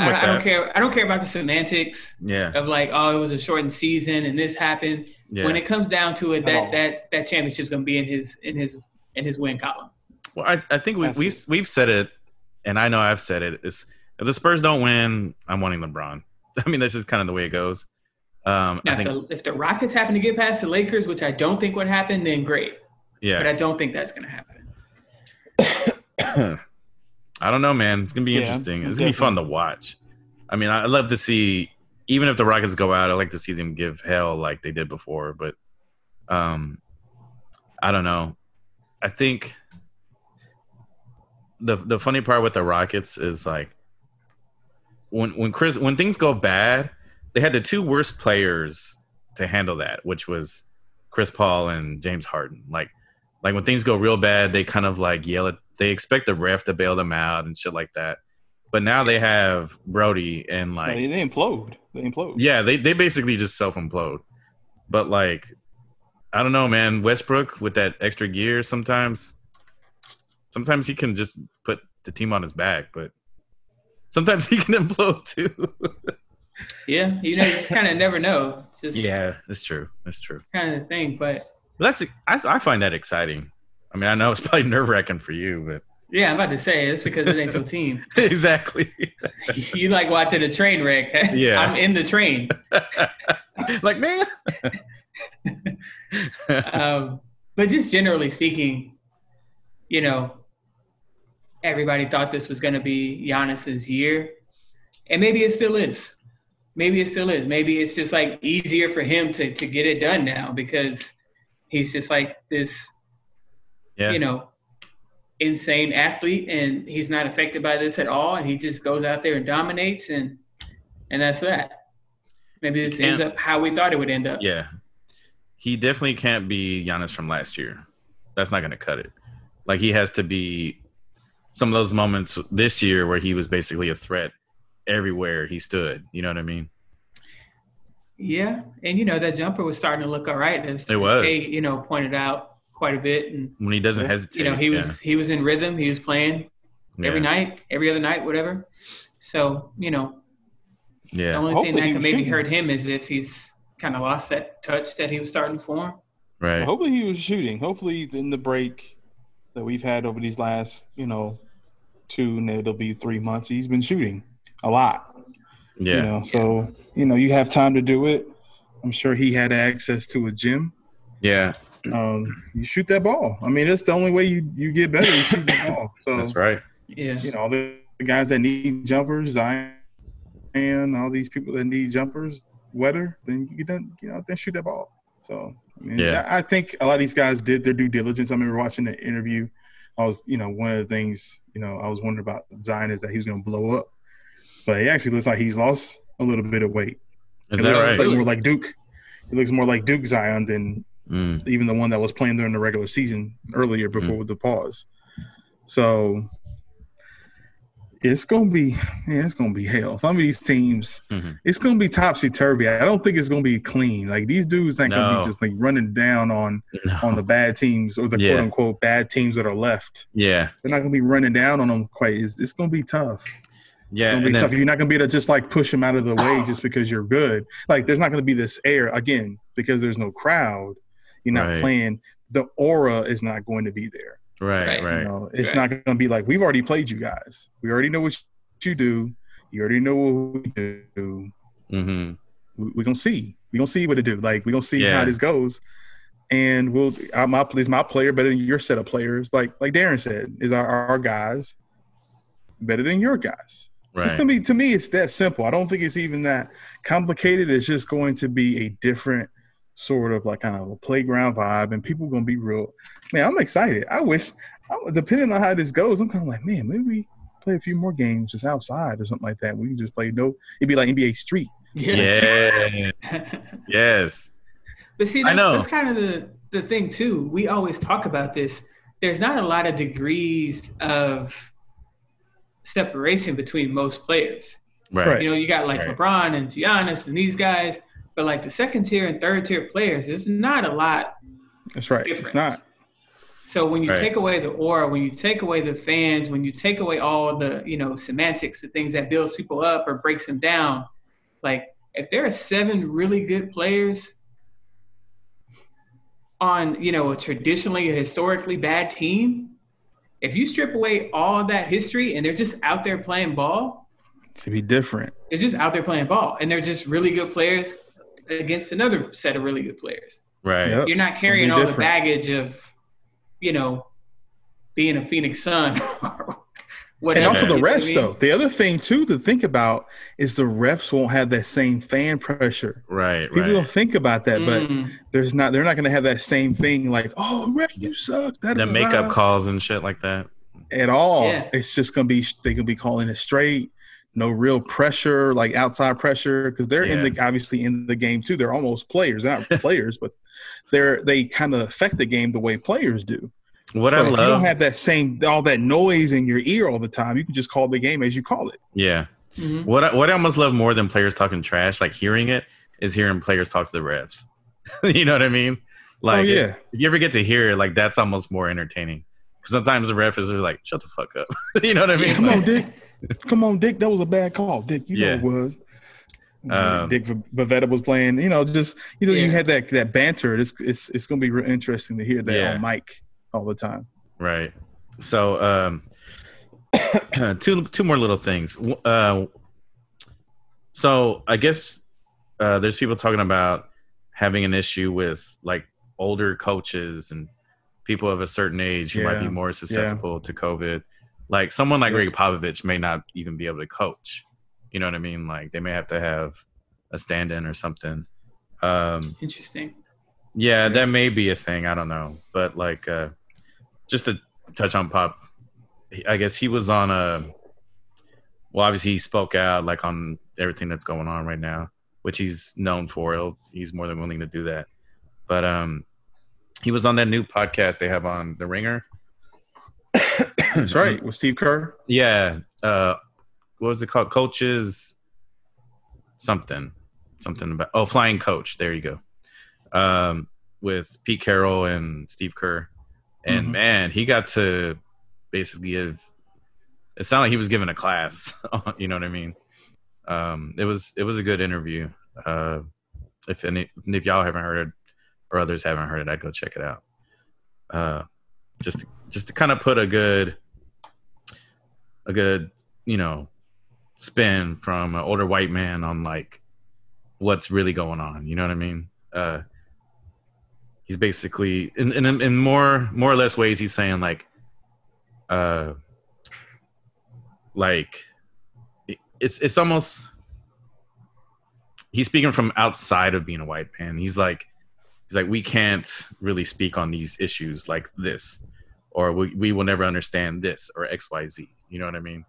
B: I'm
C: I,
B: with
C: I don't
B: that.
C: care. I don't care about the semantics
B: Yeah,
C: of like, oh, it was a shortened season and this happened.
B: yeah.
C: When it comes down to it, that
A: Oh.
C: that that championship's gonna be in his in his in his win column.
B: Well, I, I think we,
A: That's
B: we've we've said it, and I know I've said it. It's, if the Spurs don't win, I'm wanting LeBron. [laughs] I mean, that's just kind of the way it goes. Um,
C: Now,
B: I think,
C: if, the, if the Rockets happen to get past the Lakers, which I don't think would happen, then great. But
B: yeah.
C: I don't think that's gonna happen.
B: I don't know, man. It's gonna be
A: Yeah,
B: interesting.
A: I'm
B: It's gonna be fun to watch. I mean, I I'd love to see. Even if the Rockets go out, I like to see them give hell like they did before. But, um, I don't know. I think the the funny part with the Rockets is like when when Chris when things go bad, they had the two worst players to handle that, which was Chris Paul and James Harden. Like like when things go real bad, they kind of like yell at they expect the ref to bail them out and shit like that. But now they have Brody and like
A: they, they implode. They implode.
B: yeah, they they basically just self implode. But like, I don't know, man. Westbrook with that extra gear, sometimes, sometimes he can just put the team on his back, but sometimes [laughs] he can implode too.
C: Yeah, you know, you just kind of never know. It's just
B: that's true. That's true.
C: kind of thing, but.
B: But that's I, I find that exciting. I mean, I know it's [laughs] probably nerve wracking for you,
C: Yeah, I'm about to say it's because it
B: [laughs]
C: ain't your team.
B: but exactly.
C: You like watching a train wreck.
B: Yeah.
C: [laughs] I'm in the train.
B: like man,
C: Um, but just generally speaking, you know, everybody thought this was going to be Giannis's year, and maybe it still is. Maybe it still is. Maybe it's just like easier for him to to get it done now because he's just like this,
B: yeah,
C: you know, insane athlete, and he's not affected by this at all, and he just goes out there and dominates, and and that's that. Maybe this
B: You
C: ends up how we thought it would end up.
B: Yeah. He definitely can't be Giannis from last year. That's not going to cut it. Like he has to be some of those moments this year where he was basically a threat everywhere he stood. You know what I mean?
C: Yeah, and you know that jumper was starting to look all right. As, as
B: was.
C: Kate, you know, pointed out quite a bit, and
B: When he doesn't hesitate.
C: you know he was he was in rhythm. He was playing
B: yeah.
C: every night, every other night, whatever. So you know, the
B: Yeah.
C: only
A: Hopefully
C: thing
A: he
C: that could
A: was
C: maybe
A: shooting.
C: hurt him is if he's kind of lost that touch that he was starting to form.
B: Right.
A: Hopefully he was shooting. Hopefully in the break that we've had over these last, you know, two and it'll be three months, he's been shooting a lot.
B: yeah.
A: You know, so
D: You know, you have time to do it. I'm sure he had access to a gym.
B: yeah.
D: Um, you shoot that ball. I mean, that's the only way you, you get better. You shoot the ball. So
B: That's right.
C: Yeah, [laughs]
D: you know, all the guys that need jumpers, Zion, and all these people that need jumpers, wetter, then you don't, you know, then shoot that ball. So, I mean,
B: Yeah.
D: I I think a lot of these guys did their due diligence. I remember watching the interview. I was, you know, one of the things, you know, I was wondering about Zion is that he was going to blow up, but he actually looks like he's lost a little bit of weight.
B: Is
D: He
B: that
D: looks
B: right?
D: like- more like Duke. He looks more like Duke Zion than
C: [laughs]
B: Mm.
D: even the one that was playing during the regular season earlier
B: Mm-hmm.
D: before the pause. So it's gonna be yeah, it's gonna be hell. Some of these teams,
B: Mhm.
D: it's gonna be topsy turvy. I don't think it's gonna be clean. Like these dudes ain't gonna
B: No.
D: be just like running down on on the bad teams or the
B: Yeah.
D: quote unquote bad teams that are left.
B: Yeah.
D: They're not gonna be running down on them quite. It's, it's gonna be tough. It's
B: Yeah.
D: gonna be
B: and then-
D: tough. You're not gonna be able to just like push them out of
B: [sighs]
D: the way just because you're good. Like there's not gonna be this air again because there's no crowd. You're not
B: Right.
D: playing. The aura is not going to be there.
B: right.
C: Right.
D: You
B: Right.
D: know, it's
C: Right.
D: not gonna be like we've already played you guys. We already know what you do. You already know what we do.
B: Mm-hmm.
D: We're we are going to see. We're gonna see what to do. Like we're gonna see
B: Yeah.
D: how this goes. And we'll I, my is my player better than your set of players. Like like Darren said, is our, our guys better than your guys. It's
B: Right.
D: gonna be to me. It's that simple. I don't think it's even that complicated. It's just going to be a different sort of like kind of a playground vibe, and people gonna be real. Man, I'm excited. I wish, I, depending on how this goes, I'm kind of like, man, maybe we play a few more games just outside or something like that. We can just play no. It'd be like NBA Street.
B: Yeah. yes.
C: [laughs] but see,
B: I
C: that's,
B: know.
C: that's kind of the the thing too. We always talk about this. There's not a lot of degrees of separation between most players.
B: Right.
D: Right.
C: You know, you got like
B: Right.
C: LeBron and Giannis and these guys, but like the second tier and third tier players, there's not a lot
D: That's right.
C: difference.
D: It's not.
C: So when you
B: Right.
C: take away the aura, when you take away the fans, when you take away all the you know semantics, the things that builds people up or breaks them down, like if there are seven really good players on you know a traditionally a historically bad team, if you strip away all that history and they're just out there playing ball,
D: To be different.
C: they're just out there playing ball, and they're just really good players against another set of really good players
B: Right.
D: Yep.
C: you're not
D: It's gonna
C: carrying
D: be
C: all the
D: different.
C: baggage of, you know, being a Phoenix Sun. [laughs]
D: And
C: Whatever,
D: also the
C: you know what I
D: refs,
C: mean?
D: though. The other thing too to think about is the refs won't have that same fan pressure.
B: Right.
D: People
B: Right.
D: don't think about that, but
C: Mm,
D: there's not. They're not going to have that same thing like, "Oh, ref, you suck." Da, da,
B: The
D: da,
B: makeup
D: da,"
B: calls and shit like that.
D: at all.
C: Yeah.
D: It's just going to be they can be calling it straight. No real pressure, like outside pressure, because they're in the obviously in the game too. They're almost players, They're
B: [laughs]
D: not players, but they're they kind of affect the game the way players do.
B: What
D: so
B: I
D: if you don't
B: love.
D: have that same all that noise in your ear all the time, you can just call the game as you call it.
B: yeah.
C: mhm.
B: What I, what I almost love more than players talking trash, like hearing it, is hearing players talk to the refs. [laughs] you know what I mean? Like,
D: oh yeah.
B: if, if you ever get to hear it, like that's almost more entertaining. Because sometimes the refs are like, "Shut the fuck up," [laughs] you know what I mean?
D: Come on,
B: Like,
D: Dick. Come on, Dick. That was a bad call, Dick. You
B: Yeah.
D: know it was.
B: Um,
D: Dick Bavetta was playing. You know, just you know, you
C: Yeah.
D: had that that banter. It's it's it's gonna be real interesting to hear that
B: Yeah.
D: on mic all the time.
B: Right. So, um, [coughs] two two more little things. W- Uh, so I guess uh, there's people talking about having an issue with like older coaches and people of a certain age who might be
D: Yeah.
B: more susceptible to COVID. Like someone like
D: Yeah.
B: Greg Popovich may not even be able to coach. You know what I mean? Like they may have to have a stand-in or something. Um,
C: Interesting.
B: yeah, that may be a thing. I don't know, but like, uh, just to touch on Pop, he- I guess he was on a. Well, obviously he spoke out like on everything that's going on right now, which he's known for. He'll, he's more than willing to do that, but um, he was on that new podcast they have on The Ringer.
D: That's right. With Steve Kerr.
B: Yeah. Uh, what was it called? Coaches, something, something about oh, flying coach. There you go. Um, with Pete Carroll and Steve Kerr, and
D: Mhm.
B: man, he got to basically give. It sounded like he was giving a class. [laughs] you know what I mean? Um, it was it was a good interview. Uh, if any, if y'all haven't heard it or others haven't heard it, I'd go check it out. Uh, just just to kind of put a good a good you know spin from an older white man on like what's really going on you know what i mean uh he's basically in in, in more more or less ways he's saying like uh like it- it's it's almost he's speaking from outside of being a white man he's like he's like we can't really speak on these issues like this or we, we will never understand this or xyz you know what i mean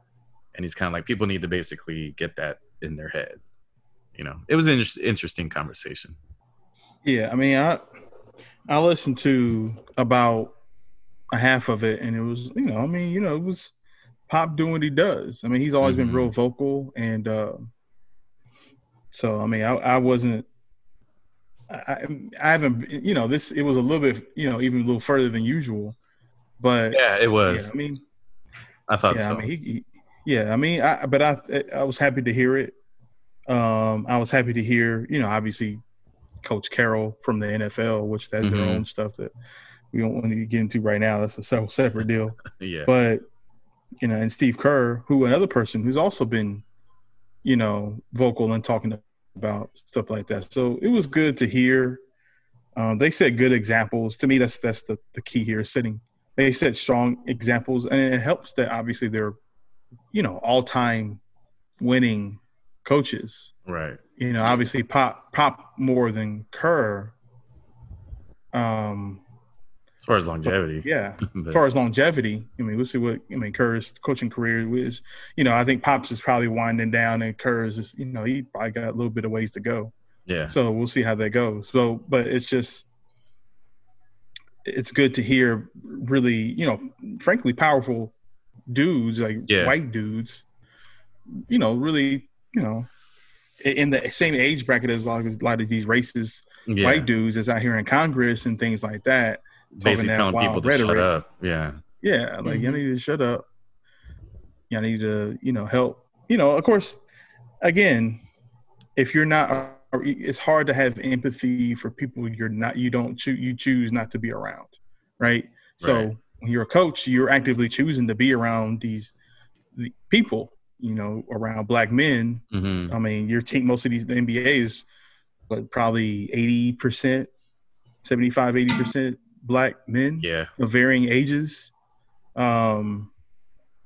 B: and he's kind of like people need to basically get that in their head you know it was an inter- interesting conversation
D: Yeah, I mean, I I listened to about a half of it, and it was you know, I mean, you know, it was Pop doing what he does. I mean, he's always
B: Mhm.
D: been real vocal, and uh, so I mean, I, I wasn't. I, I haven't, you know, this, it was a little bit, you know, even a little further than usual, but yeah,
B: yeah it was
D: I mean,
B: i thought
D: yeah,
B: so
D: I mean, he, he- yeah, I mean, I, but I, I was happy to hear it. Um, I was happy to hear, you know, obviously, Coach Carroll from the NFL, which that's
B: Mhm.
D: their own stuff that we don't want to get into right now. That's a se- separate deal.
B: yeah
D: But you know, and Steve Kerr, who another person who's also been, you know, vocal and talking about stuff like that. So it was good to hear. Um, they set good examples. To me, that's that's the, the key here. Setting they set strong examples, and it helps that obviously they're, you know, all time winning coaches.
B: right
D: You know, obviously pop pop more than Kerr. Um,
B: as far as longevity
D: yeah,
B: [laughs] but-
D: as far as longevity, I mean, we'll see what I mean. Kerr's coaching career is, you know, I think Pops is probably winding down, and Kerr's is, you know, he probably got a little bit of ways to go.
B: yeah
D: So we'll see how that goes. So, but it's just, it's good to hear really, you know, frankly, powerful dudes like
B: Yeah.
D: white dudes, you know, really, you know, i- in the same age bracket as a lot of, a lot of these racist
B: Yeah,
D: white dudes that's out here in Congress and things like that.
B: basically
D: that
B: telling
D: wild
B: people to shut
D: rhetoric.
B: up. Yeah,
D: Yeah, like y'all need to shut up. Y'all need to, you know, help. You know, of course, again, if you're not, it's hard to have empathy for people you're not, you don't choose, you choose not to be around, right? So
B: Right.
D: when you're a coach, you're actively choosing to be around these the people, you know, around black men.
B: hmm
D: I mean, your team, most of these the NBA is like probably 80%, 75, 80% black men
B: yeah,
D: of varying ages. Um,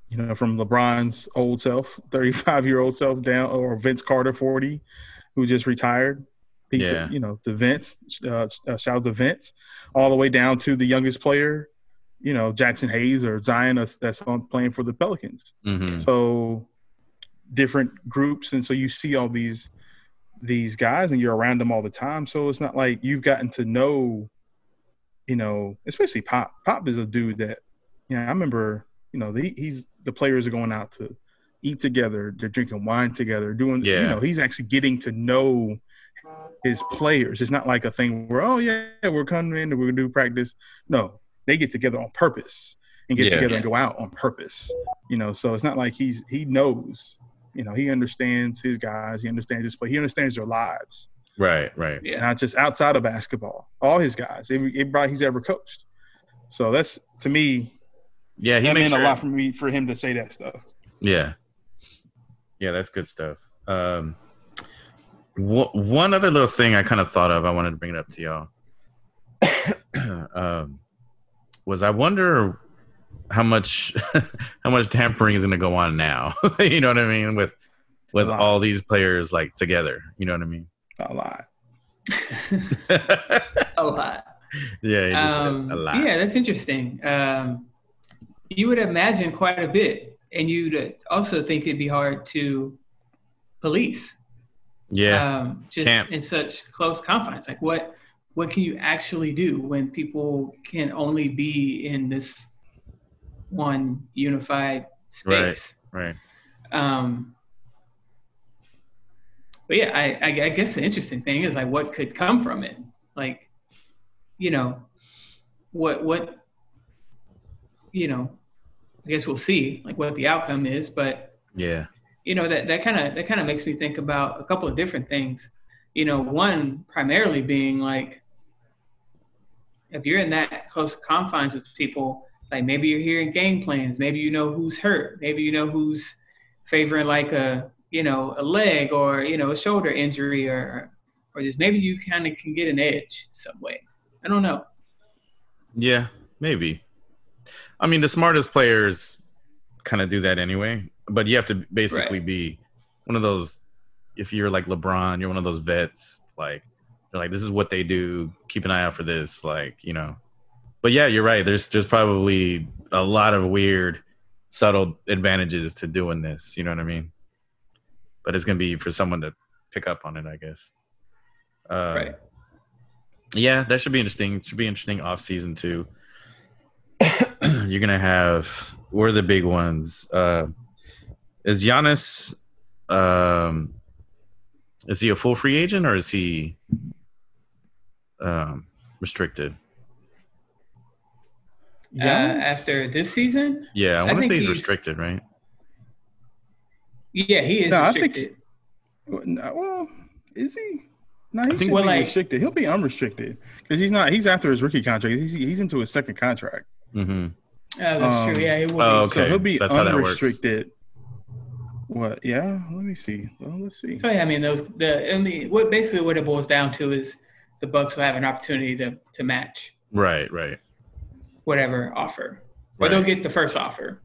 D: you know, from LeBron's old self, [laughs] 35 year old self down, or Vince Carter, 40, who just retired. Piece of-
B: Yeah.
D: you know, to Vince, uh, uh, shout out to Vince, all the way down to the youngest player, you know, Jackson Hayes or Zion that's, that's on playing for the Pelicans.
B: hmm
D: So different groups. And so you see all these, these guys and you're around them all the time. So it's not like you've gotten to know you know, especially Pop. Pop is a dude that, you know, I remember, you know, the, he's the players are going out to eat together, they're drinking wine together, doing, you
B: Yeah.
D: know, he's actually getting to know his players. It's not like a thing where, oh, yeah, we're coming in and we're going to do practice. No, they get together on purpose and get
B: Yeah.
D: together and go out on purpose, you know, so it's not like he's, he knows, you know, he understands his guys, he understands his play, he understands their lives
B: right, right.
C: Yeah.
D: not just outside of basketball. All his guys, every- everybody he's ever coached. So that's to me,
B: Yeah, he
A: that
B: makes
A: meant
B: sure-
A: a lot for me for him to say that stuff.
B: Yeah. Yeah, that's good stuff. Um, wha- one other little thing I kind of thought of, I wanted to bring it up to y'all, [coughs] um, was I wonder how much [laughs] how much tampering is going to go on now. [laughs] you know what I mean with with
D: A lot.
B: all these players like together. You know what I mean? [laughs]
D: a lot.
C: a lot.
B: yeah, you just said
C: Um,
B: a lot.
C: Yeah, that's interesting. Um, you would imagine quite a bit, and you'd also think it'd be hard to police.
B: yeah,
C: um, just
B: Can't.
C: in such close confines. Like what what can you actually do when people can only be in this one unified
B: Right.
C: space?
B: right.
C: Um, but yeah, I, I, I guess the interesting thing is like what could come from it. Like, you know, what what you know, I guess we'll see like what the outcome is, but
B: Yeah,
C: you know that that kind of that kind of makes me think about a couple of different things you know one primarily being like if you're in that close confines with people like maybe you're hearing game plans maybe you know who's hurt maybe you know who's favoring like a you know a leg or you know a shoulder injury or or just maybe you kind of can get an edge some way i don't know
B: yeah, maybe. I mean, the smartest players kind of do that anyway. But you have to basically be one of those. If you're like LeBron, you're one of those vets. Like they're like, this is what they do. Keep an eye out for this. Like you know. But yeah, you're right. There's there's probably a lot of weird, subtle advantages to doing this. You know what I mean? But it's gonna be for someone to pick up on it, I guess. Uh,
C: Right.
B: Yeah, that should be interesting. Should be interesting off season too. [clears throat] you're gonna have what are the big ones? Uh, is Giannis um, is he a full free agent or is he um, restricted?
C: uh, after this season
B: Yeah, I
C: I
B: want to
C: think
B: say he's,
C: he's-
B: restricted, right?
C: yeah he is
D: No, I think-
C: restricted.
D: No, well, is he? No, he
B: think-
D: should be
C: Well, like-
D: restricted. He'll be unrestricted because he's not. He's after his rookie contract. He's, he's into his second contract,
B: Mm-hmm.
C: oh, that's
D: um,
C: true yeah he will
B: oh,
C: be.
D: so
B: Okay,
D: he'll be
B: that's how that works.
D: unrestricted. What? Yeah. Let me see. Well, let's see.
C: So yeah, I mean those the I mean what basically what it boils down to is the Bucks will have an opportunity to to match
B: Right, right,
C: whatever offer. Or
B: right.
C: they'll get the first offer.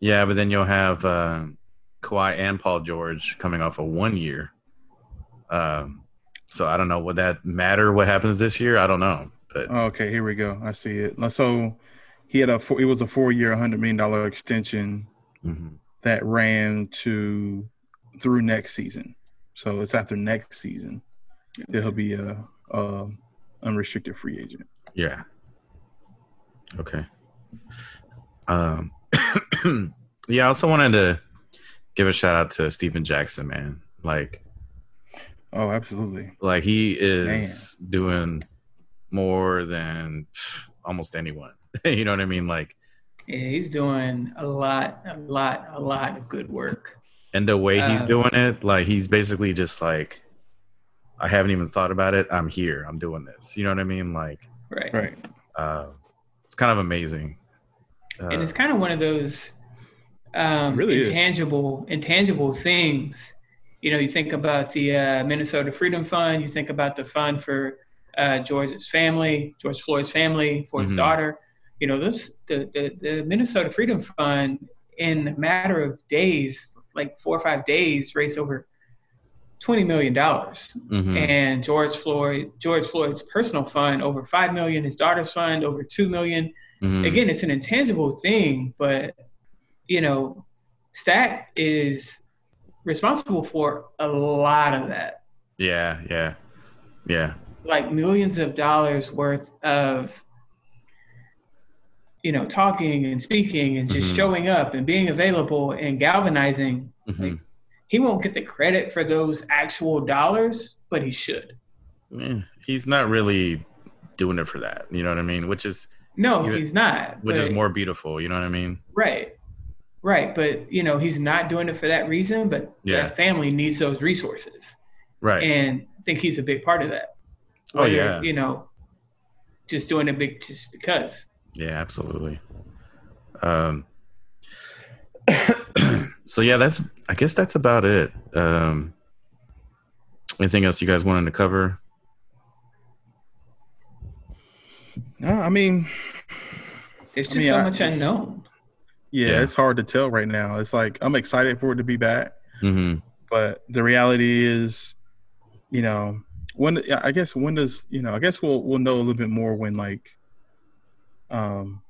B: yeah, but then you'll have uh, Kawhi and Paul George coming off of one year. Um, so I don't know. Would that matter? What happens this year? I don't know. But
D: Oh, Okay, here we go. I see it. So he had a four, it was a four year, hundred million dollar extension
B: Mhm.
D: that ran to through next season. So it's after next season that he'll be a, a unrestricted free agent.
B: yeah, Okay. Um, [clears throat] yeah, I also wanted to give a shout out to Steven Jackson, man. Like,
D: Oh, absolutely.
B: like he is doing more than pff, almost anyone. [laughs] you know what I mean? Like,
C: Yeah, he's doing a lot, a lot, a lot of good work.
B: and the way he's
C: Uh,
B: doing it, like he's basically just like, I haven't even thought about it. I'm here. I'm doing this. You know what I mean? Like,
C: Right.
D: Right.
B: uh, it's kind of amazing. Uh,
C: and it's kind of one of those um,
D: It really is.
C: intangible intangible things. You know, you think about the uh, Minnesota Freedom Fund. You think about the fund for uh, George's family, George Floyd's family, for his
D: Mm-hmm.
B: Mhm.
C: daughter. You know, this the, the the Minnesota Freedom Fund in a matter of days, like four or five days, raised over twenty million dollars
B: mhm.
D: Mm.
C: and George Floyd George Floyd's personal fund over five million, his daughter's fund over two million.
B: Mhm.
C: Again, it's an intangible thing, but you know, Stack is responsible for a lot of that,
B: Yeah, yeah, yeah.
C: like millions of dollars worth of you know talking and speaking and just
B: Mhm.
C: showing up and being available and galvanizing.
B: Mhm.
C: He won't get the credit for those actual dollars, but he should.
B: Yeah, eh, He's not really doing it for that. You know what I mean? Which is
C: No,
B: Even-
C: he's not.
B: which is
C: but-
B: more beautiful. You know what I mean?
C: Right. Right. But, you know, he's not doing it for that reason, but
B: Yeah.
C: the family needs those resources.
B: Right.
C: And I think he's a big part of that.
B: Oh,
C: Whether,
B: yeah.
C: You know, just doing it big just because.
B: yeah, absolutely. Um. [coughs] so yeah, that's. I guess that's about it. Um. Anything else you guys wanted to cover?
D: No, I mean,
C: There's
D: I
C: just
D: mean,
C: so
D: I-
C: much unknown.
D: yeah,
B: Yeah.
D: it's hard to tell right now. It's like I'm excited for it to be back,
B: Mm-hmm.
D: but the reality is, you know, when I guess when does you know? I guess we'll we'll know a little bit more when like, um,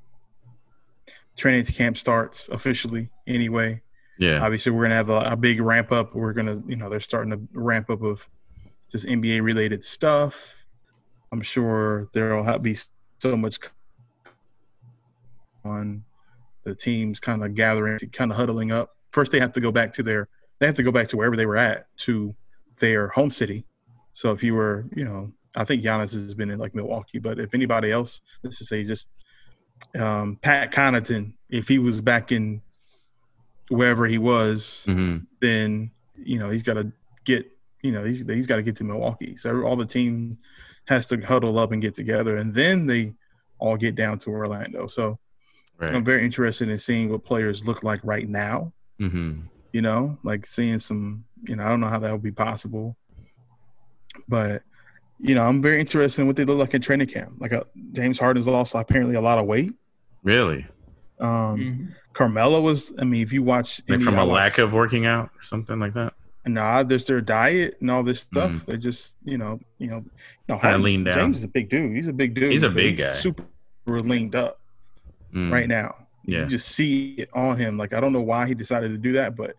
D: training camp starts officially. Anyway,
B: Yeah.
D: obviously we're gonna have a, a big ramp up. We're gonna you know they're starting to ramp up of just NBA related stuff. I'm sure there'll ha- be so much on the teams kind of gathering, kind of huddling up. First, they have to go back to their they have to go back to wherever they were at to their home city. So if you were, you know, I think Giannis has been in like Milwaukee, but if anybody else, let's just say just um, Pat Connaughton, if he was back in wherever he was,
B: hmm
D: then you know he's got to get you know he's he's got to get to Milwaukee. So all the team has to huddle up and get together, and then they all get down to Orlando. So I'm
B: Right.
D: very interested in seeing what players look like right now.
B: Mm-hmm.
D: You know, like seeing some. You know, I don't know how that would be possible, but you know, I'm very interested in what they look like in training camp. Like uh, James Harden's lost apparently a lot of weight.
B: Really?
D: Um,
C: Mhm.
D: Carmelo was. I mean, if you watch
B: Like
D: any-
B: from
D: I
B: a lack
D: watched-
B: of working out or something like that?
D: Nah, there's their diet and all this stuff. They just, you know, you know, no.
B: Mm. Kinda
D: Harden-
B: lean down.
D: James is a big dude. He's a big dude.
B: He's a
D: but
B: big guy.
D: Super leaned up
B: Mm.
D: right now.
B: Yeah.
D: You just see it on him. Like I don't know why he decided to do that, but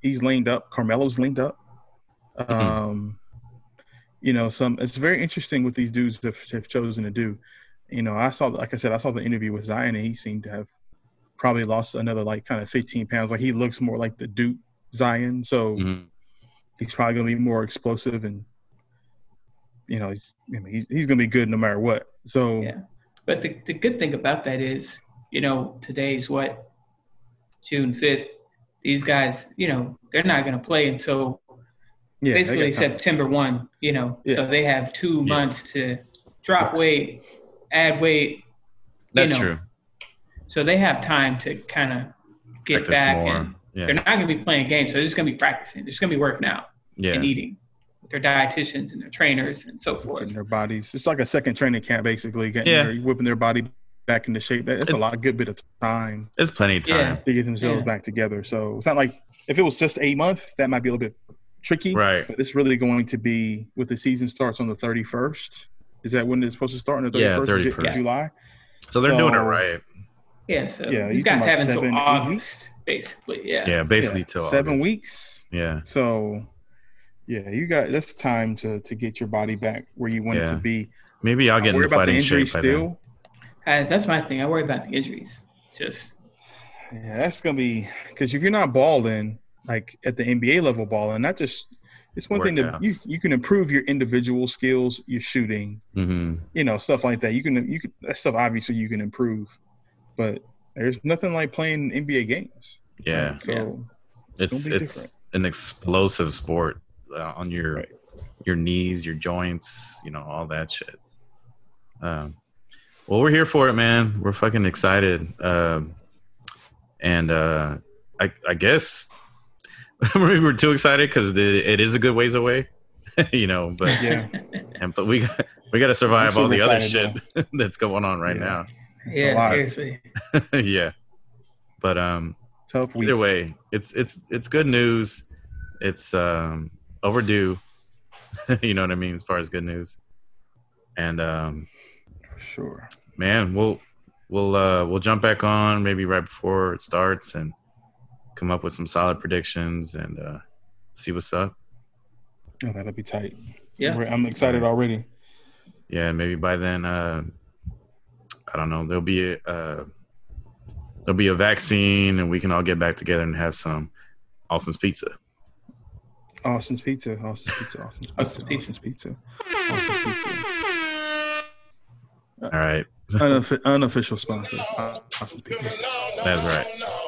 D: he's leaned up. Carmelo's leaned up. Um, you know, some. It's very interesting what these dudes have, have chosen to do. You know, I saw, like I said, I saw the interview with Zion, and he seemed to have probably lost another like kind of 15 pounds. Like he looks more like the Duke Zion. So
B: Mhm.
D: he's probably going to be more explosive and you know he's I mean, he's, he's going to be good no matter what so
C: Yeah. But the, the good thing about that is, you know, today's what? June 5th. These guys, you know, they're not going to play until
D: yeah, they
C: basically
D: got time.
C: September one. You know,
D: Yeah.
C: so they have two
B: Yeah.
C: months to drop weight, add weight.
B: That's
C: know,
B: true.
C: So they have time to kind of get
B: Practice
C: back.
B: more.
C: And
B: yeah.
C: They're not going to be playing games, so they're just going to be practicing. They're just going to be working out and
B: Yeah.
C: eating with their dietitians and their trainers and so
D: Getting
C: forth.
D: their bodies it's like a second training camp basically getting
B: Yeah.
D: their, whipping their body back into shape That- that's a
B: It's-
D: lot good bit of time
B: It's plenty of time.
D: to get themselves
C: Yeah.
D: back together so it's not like if it was just a month that might be a little bit tricky
B: Right.
D: but it's really going to be with the season starts on the 31st is that when it's supposed to start on the 31st,
B: Yeah,
D: of Ju-
B: 31st.
D: july
B: So they're doing it
D: So-
B: right.
C: Yeah. So
D: Yeah,
C: these
D: you talking
C: guys
D: about
C: have until
D: seven, eight
C: August, basically. Yeah.
B: Yeah, basically
D: Yeah,
B: till
D: seven
B: August.
D: weeks
B: Yeah.
D: So, yeah, you got that's time to to get your body back where you want it
B: Yeah.
D: to be.
B: Maybe I'll get
D: Worry
B: into
D: about the
B: fighting
D: injury
B: shape. by then.
D: still.
C: I, that's my thing. I worry about the injuries. Just
D: Yeah, that's gonna be because if you're not balling like at the NBA level balling, that just it's one thing to you,
B: Workouts.
D: you can improve your individual skills, your shooting,
B: hmm
D: you know, stuff like that. You can you can that stuff obviously you can improve, but there's nothing like playing NBA games.
B: Yeah,
D: so it's,
B: it's
D: gonna be
B: it's
D: different.
B: an explosive sport uh, on your
D: Right.
B: your knees, your joints, you know, all that shit. Um, well, we're here for it, man. We're fucking excited, um, and uh, I I guess [laughs] maybe we're too excited because it is a good ways away, [laughs] you know. But
D: Yeah,
B: and, but we got- we got to survive
A: super
B: all the other shit
A: excited
B: [laughs] that's going on right
D: Yeah. it's a
C: yeah,
D: lot.
C: seriously.
B: now. [laughs] yeah, but um,
D: tough week.
B: either way it's it's it's good news it's um overdue [laughs] you know what i mean as far as good news and um
D: for sure.
B: man we'll we'll uh we'll jump back on maybe right before it starts and come up with some solid predictions and uh see what's up
D: Oh, that'll be tight.
C: Yeah.
D: We're- I'm excited already.
B: yeah and maybe by then uh i don't know there'll be a uh there'll be a vaccine and we can all get back together and have some austin's pizza
D: Austin's Pizza, Austin's Pizza, Austin's Pizza,
C: Austin's Pizza.
D: Austin's Pizza, Austin's Pizza.
B: all right
D: Unof- unofficial sponsor. Austin's Pizza.
B: that's right
E: no, no.